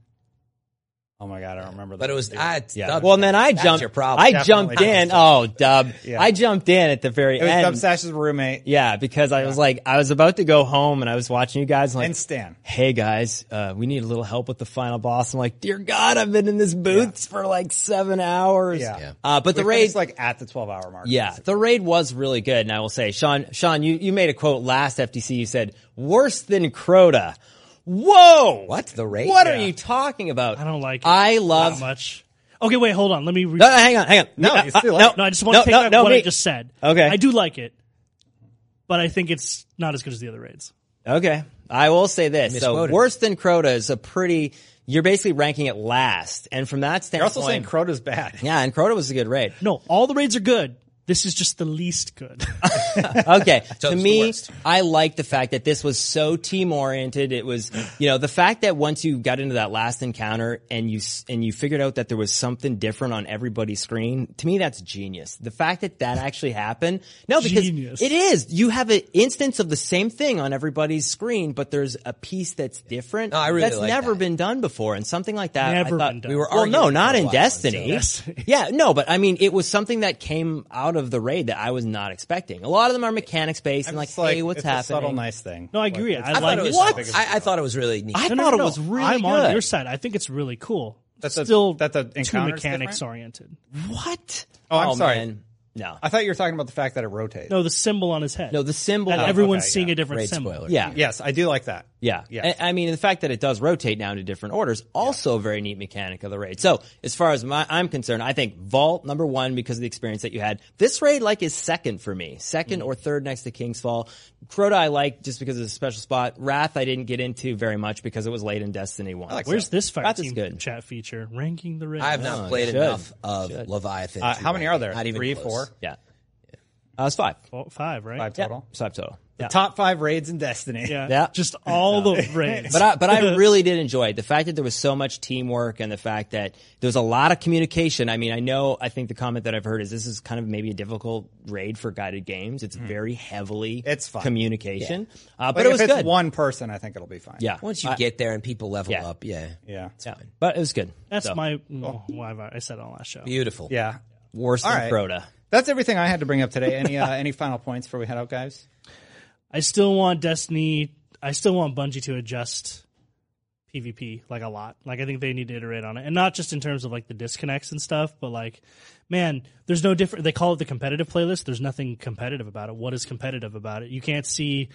Speaker 3: Oh my god, I don't remember that.
Speaker 7: But it was, I,
Speaker 8: Yeah. Well, and then I
Speaker 7: that's
Speaker 8: jumped.
Speaker 7: your problem.
Speaker 8: I jumped
Speaker 3: Definitely.
Speaker 8: in. Oh, dub. I jumped in at the very
Speaker 3: it was
Speaker 8: end.
Speaker 3: Dubstash's roommate
Speaker 8: Yeah, because I was like, I was about to go home and I was watching you guys. And like,
Speaker 3: and Stan.
Speaker 8: hey guys, uh, we need a little help with the final boss. I'm like, dear God, I've been in this booth for like seven hours.
Speaker 3: Yeah. Yeah.
Speaker 8: Uh, but the
Speaker 3: We
Speaker 8: raid,
Speaker 3: finished, like at the twelve hour mark.
Speaker 8: yeah, the raid was really good. And I will say, Sean, Sean, you, you made a quote last FTC. You said, worse than Crota. Whoa.
Speaker 7: What? The raid?
Speaker 8: What are
Speaker 7: Yeah.
Speaker 8: you talking about?
Speaker 5: I don't like it.
Speaker 8: I love
Speaker 5: that much. Okay, wait, hold on. Let me re-
Speaker 8: No, no, hang on, hang on.
Speaker 3: No,
Speaker 8: Uh,
Speaker 3: you still
Speaker 8: uh,
Speaker 3: like-
Speaker 5: No, I just want to take back what I
Speaker 8: me-
Speaker 5: just said.
Speaker 8: Okay.
Speaker 5: I do like it, but I think it's not as good as the other raids.
Speaker 8: Okay. I will say this. So
Speaker 7: Misquoted.
Speaker 8: worse than Crota is a pretty, you're basically ranking it last. And from that
Speaker 3: You're
Speaker 8: standpoint.
Speaker 3: also saying Crota's bad.
Speaker 8: yeah, and Crota was a good raid.
Speaker 5: No, all the raids are good. This is just the least good.
Speaker 7: okay.
Speaker 9: So it's
Speaker 7: to
Speaker 9: the
Speaker 7: me,
Speaker 9: worst.
Speaker 7: I like the fact that this was so team oriented. It was, you know, the fact that once you got into that last encounter and you s- and you figured out that there was something different on everybody's screen. To me, that's genius. The fact that that actually happened. No, because
Speaker 5: Genius.
Speaker 7: it is. You have an instance of the same thing on everybody's screen, but there's a piece that's different.
Speaker 9: No, I really
Speaker 7: that's
Speaker 9: like
Speaker 7: never
Speaker 9: that.
Speaker 7: been done before, and something like that.
Speaker 5: Never
Speaker 7: I thought
Speaker 5: been done.
Speaker 7: we
Speaker 5: We
Speaker 7: were.
Speaker 5: were
Speaker 7: Well, no,
Speaker 9: arguing
Speaker 7: not
Speaker 9: for a
Speaker 5: Oh,
Speaker 7: in
Speaker 9: while until-
Speaker 7: Destiny.
Speaker 5: Destiny.
Speaker 7: Yeah, no, but I mean, it was something that came out of the raid that I was not expecting. A lot of them are mechanics based and like,
Speaker 3: It's
Speaker 7: hey, what's
Speaker 3: it's
Speaker 7: happening?
Speaker 3: A subtle, nice thing.
Speaker 5: No, I agree. I
Speaker 9: I
Speaker 5: like
Speaker 9: thought it
Speaker 5: it.
Speaker 9: was,
Speaker 7: What?
Speaker 9: I, I thought it was really neat.
Speaker 7: I
Speaker 5: No, no,
Speaker 7: thought
Speaker 5: no,
Speaker 7: it was
Speaker 5: no.
Speaker 7: really
Speaker 5: I'm
Speaker 7: good.
Speaker 5: on your side. I think it's really cool.
Speaker 3: That's a-
Speaker 5: Still,
Speaker 3: that the
Speaker 5: too
Speaker 3: encounter's
Speaker 5: mechanics
Speaker 3: different?
Speaker 5: oriented.
Speaker 7: What?
Speaker 3: Oh, I'm sorry.
Speaker 7: man. No,
Speaker 3: I thought you were talking about the fact that it rotates.
Speaker 5: No, the symbol on his head.
Speaker 7: no, the symbol.
Speaker 5: and
Speaker 7: Oh,
Speaker 5: everyone's
Speaker 3: okay,
Speaker 5: seeing
Speaker 3: yeah.
Speaker 5: a different
Speaker 9: Great
Speaker 5: symbol.
Speaker 9: spoiler.
Speaker 7: Yeah.
Speaker 3: Yes, I do like that.
Speaker 7: Yeah.
Speaker 3: Yeah.
Speaker 7: I I mean, the fact that it does rotate now into different orders, also a very neat mechanic of the raid. So, as far as my, I'm concerned, I think Vault, number one, because of the experience that you had. This raid, like, is second for me. Second
Speaker 9: Mm.
Speaker 7: or third next to King's Fall. Crota, I like just because it's a special spot. Wrath, I didn't get into very much because it was late in Destiny 1.
Speaker 5: Where's this fire
Speaker 7: Wrath is
Speaker 5: team
Speaker 7: good.
Speaker 5: chat feature ranking the raid?
Speaker 9: I have not
Speaker 7: No,
Speaker 9: played
Speaker 7: Oh, should.
Speaker 9: enough of Leviathan.
Speaker 3: Uh,
Speaker 9: to
Speaker 3: how many
Speaker 9: rank
Speaker 3: are
Speaker 9: it.
Speaker 3: there?
Speaker 9: Not even
Speaker 3: Three,
Speaker 9: close.
Speaker 3: four,
Speaker 7: Yeah. Uh, it's five.
Speaker 5: Well, five, right?
Speaker 3: five
Speaker 7: Yeah.
Speaker 3: total.
Speaker 7: It's five total. Yeah.
Speaker 3: Top five raids in Destiny.
Speaker 5: Yeah.
Speaker 7: Yeah.
Speaker 5: Just all the raids.
Speaker 7: But I, but I really did enjoy it. The fact that there was so much teamwork and the fact that there was a lot of communication. I mean, I know, I think the comment that I've heard is this is kind of maybe a difficult raid for guided games. It's
Speaker 9: Hmm.
Speaker 7: very heavily
Speaker 3: It's fun.
Speaker 7: communication. Uh, but
Speaker 3: Like,
Speaker 7: it was
Speaker 3: if it's
Speaker 7: good.
Speaker 3: one person, I think it'll be fine.
Speaker 7: yeah.
Speaker 9: Once you
Speaker 7: I-
Speaker 9: get there and people level
Speaker 7: Yeah.
Speaker 9: up, yeah.
Speaker 3: Yeah.
Speaker 7: yeah. But it was good.
Speaker 5: That's
Speaker 7: So,
Speaker 5: my. Oh, why have I I said it on last show.
Speaker 9: Beautiful.
Speaker 3: Yeah.
Speaker 7: worse than
Speaker 3: All right.
Speaker 7: Crota.
Speaker 3: That's everything I had to bring up today. Any uh, any final points before we head out, guys?
Speaker 5: I still want Destiny. I still want Bungie to adjust PvP like a lot. Like I think they need to iterate on it, and not just in terms of like the disconnects and stuff, but like, man, there's no different. They call it the competitive playlist. There's nothing competitive about it. What is competitive about it? You can't see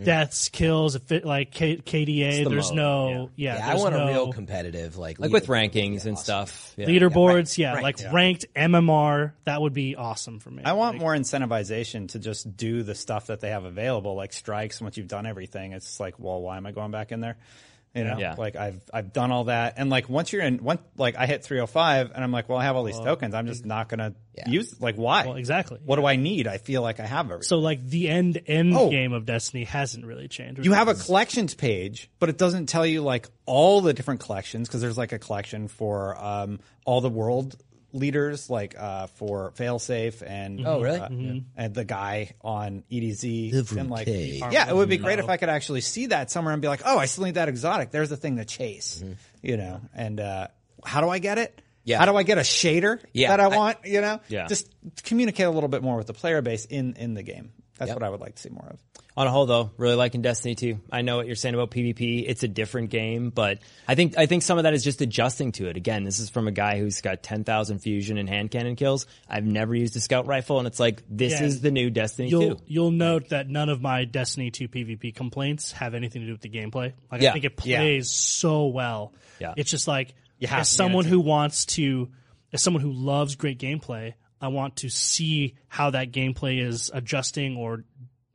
Speaker 5: deaths, kills, if it, like K- KDA.
Speaker 7: the
Speaker 5: there's
Speaker 7: mode,
Speaker 5: no yeah.
Speaker 9: Yeah, I
Speaker 5: there's
Speaker 9: want
Speaker 5: no
Speaker 9: a real competitive, like
Speaker 7: Like with
Speaker 9: leaderboard.
Speaker 7: rankings and stuff. Yeah.
Speaker 5: leaderboards.
Speaker 9: yeah,
Speaker 5: Yeah,
Speaker 9: ranked,
Speaker 5: like
Speaker 9: yeah.
Speaker 5: ranked MMR. That would be awesome for me.
Speaker 3: I want
Speaker 5: Like,
Speaker 3: more incentivization to just do the stuff that they have available, like strikes. Once you've done everything, it's just like, well, why am I going back in there? You know,
Speaker 7: Yeah.
Speaker 3: like I've I've done all that, and like once you're in, once like I hit 305, and I'm like, well, I have all these tokens. I'm just not gonna use. Like, why?
Speaker 5: Well, exactly.
Speaker 3: What do I need? I feel like I have everything.
Speaker 5: So like the end end
Speaker 3: Oh.
Speaker 5: game of Destiny hasn't really changed.
Speaker 3: you have a collections page, but it doesn't tell you like all the different collections because there's like a collection for um, all the world leaders, like uh, for Failsafe and oh
Speaker 9: really?
Speaker 3: and the guy on EDZ and like
Speaker 9: K.
Speaker 3: yeah, it would be great if I could actually see that somewhere and be like, oh, I still need that exotic. There's the thing to chase, you know. And uh, how do I get it?
Speaker 9: Mm-hmm. Yeah.
Speaker 3: How do I get a shader
Speaker 9: Yeah,
Speaker 3: that I,
Speaker 9: I-
Speaker 3: want? You know,
Speaker 7: Yeah.
Speaker 3: Just communicate a little bit more with the player base in in the game. That's what I would like to see more of.
Speaker 7: On a whole, though, really liking Destiny 2. I know what you're saying about PvP. It's a different game, but I think I think some of that is just adjusting to it. Again, this is from a guy who's got 10,000 fusion and hand cannon kills. I've never used a scout rifle, and it's like this
Speaker 5: Yeah.
Speaker 7: is the new Destiny
Speaker 5: You'll
Speaker 7: 2.
Speaker 5: you'll note that none of my Destiny 2 PvP complaints have anything to do with the gameplay. Like
Speaker 7: Yeah.
Speaker 5: I think it
Speaker 3: Yeah.
Speaker 5: plays so well.
Speaker 7: Yeah.
Speaker 5: It's just like
Speaker 3: have
Speaker 5: as
Speaker 3: to
Speaker 5: someone who wants to as someone who loves great gameplay, I want to see how that gameplay is adjusting or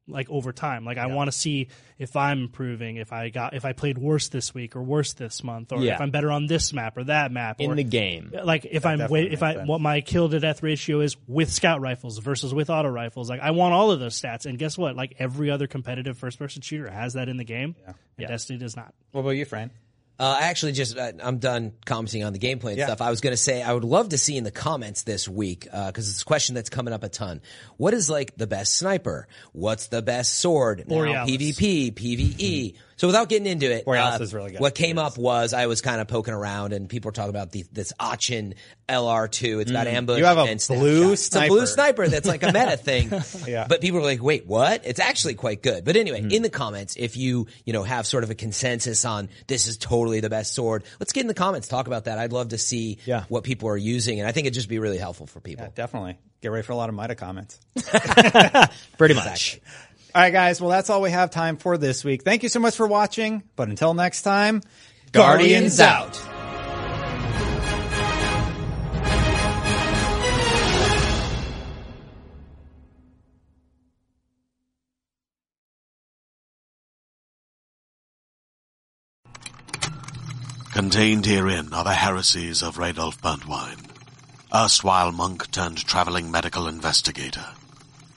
Speaker 5: like over time. Like I want to see if I'm improving, if I got if I played worse this week or worse this month or
Speaker 7: Yeah.
Speaker 5: if I'm better on this map or that map
Speaker 7: In
Speaker 5: or
Speaker 7: the game.
Speaker 5: like if I'm
Speaker 3: definitely
Speaker 5: wait, if
Speaker 3: makes
Speaker 5: I
Speaker 3: sense.
Speaker 5: what my kill to death ratio is with scout rifles versus with auto rifles. Like I want all of those stats, and guess what? Like every other competitive first person shooter has that in the game, and Destiny does not.
Speaker 3: What about you, Fran?
Speaker 9: Uh, I actually just uh, I'm done commenting on the gameplay and stuff. I was going to say I would love to see in the comments this week because it's a question that's coming up a ton. What is like the best sniper? What's the best sword? Now,
Speaker 5: Borealis.
Speaker 9: PvP, PVE. E. so without getting into it, uh,
Speaker 3: Borealis is really good.
Speaker 9: What came up was I was kind of poking around and people were talking about the, this Achin LR2. It's got ambush.
Speaker 3: Mm. You have a
Speaker 9: and snapshot.
Speaker 3: blue
Speaker 9: It's a blue
Speaker 3: sniper.
Speaker 9: sniper that's like a meta thing.
Speaker 3: Yeah.
Speaker 9: But people are like, wait, what? It's actually quite good. But anyway, in the comments, if you, you know, have sort of a consensus on this is totally the best sword, let's get in the comments, talk about that. I'd love to see
Speaker 7: Yeah.
Speaker 9: what people are using. And I think it'd just be really helpful for people.
Speaker 3: Definitely. Get ready for a lot of Mida comments.
Speaker 7: Pretty much.
Speaker 3: All right, guys. Well, that's all we have time for this week. Thank you so much for watching. But until next time,
Speaker 9: Guardians out.
Speaker 2: Contained herein are the heresies of Radolf Buntwine, erstwhile monk turned traveling medical investigator.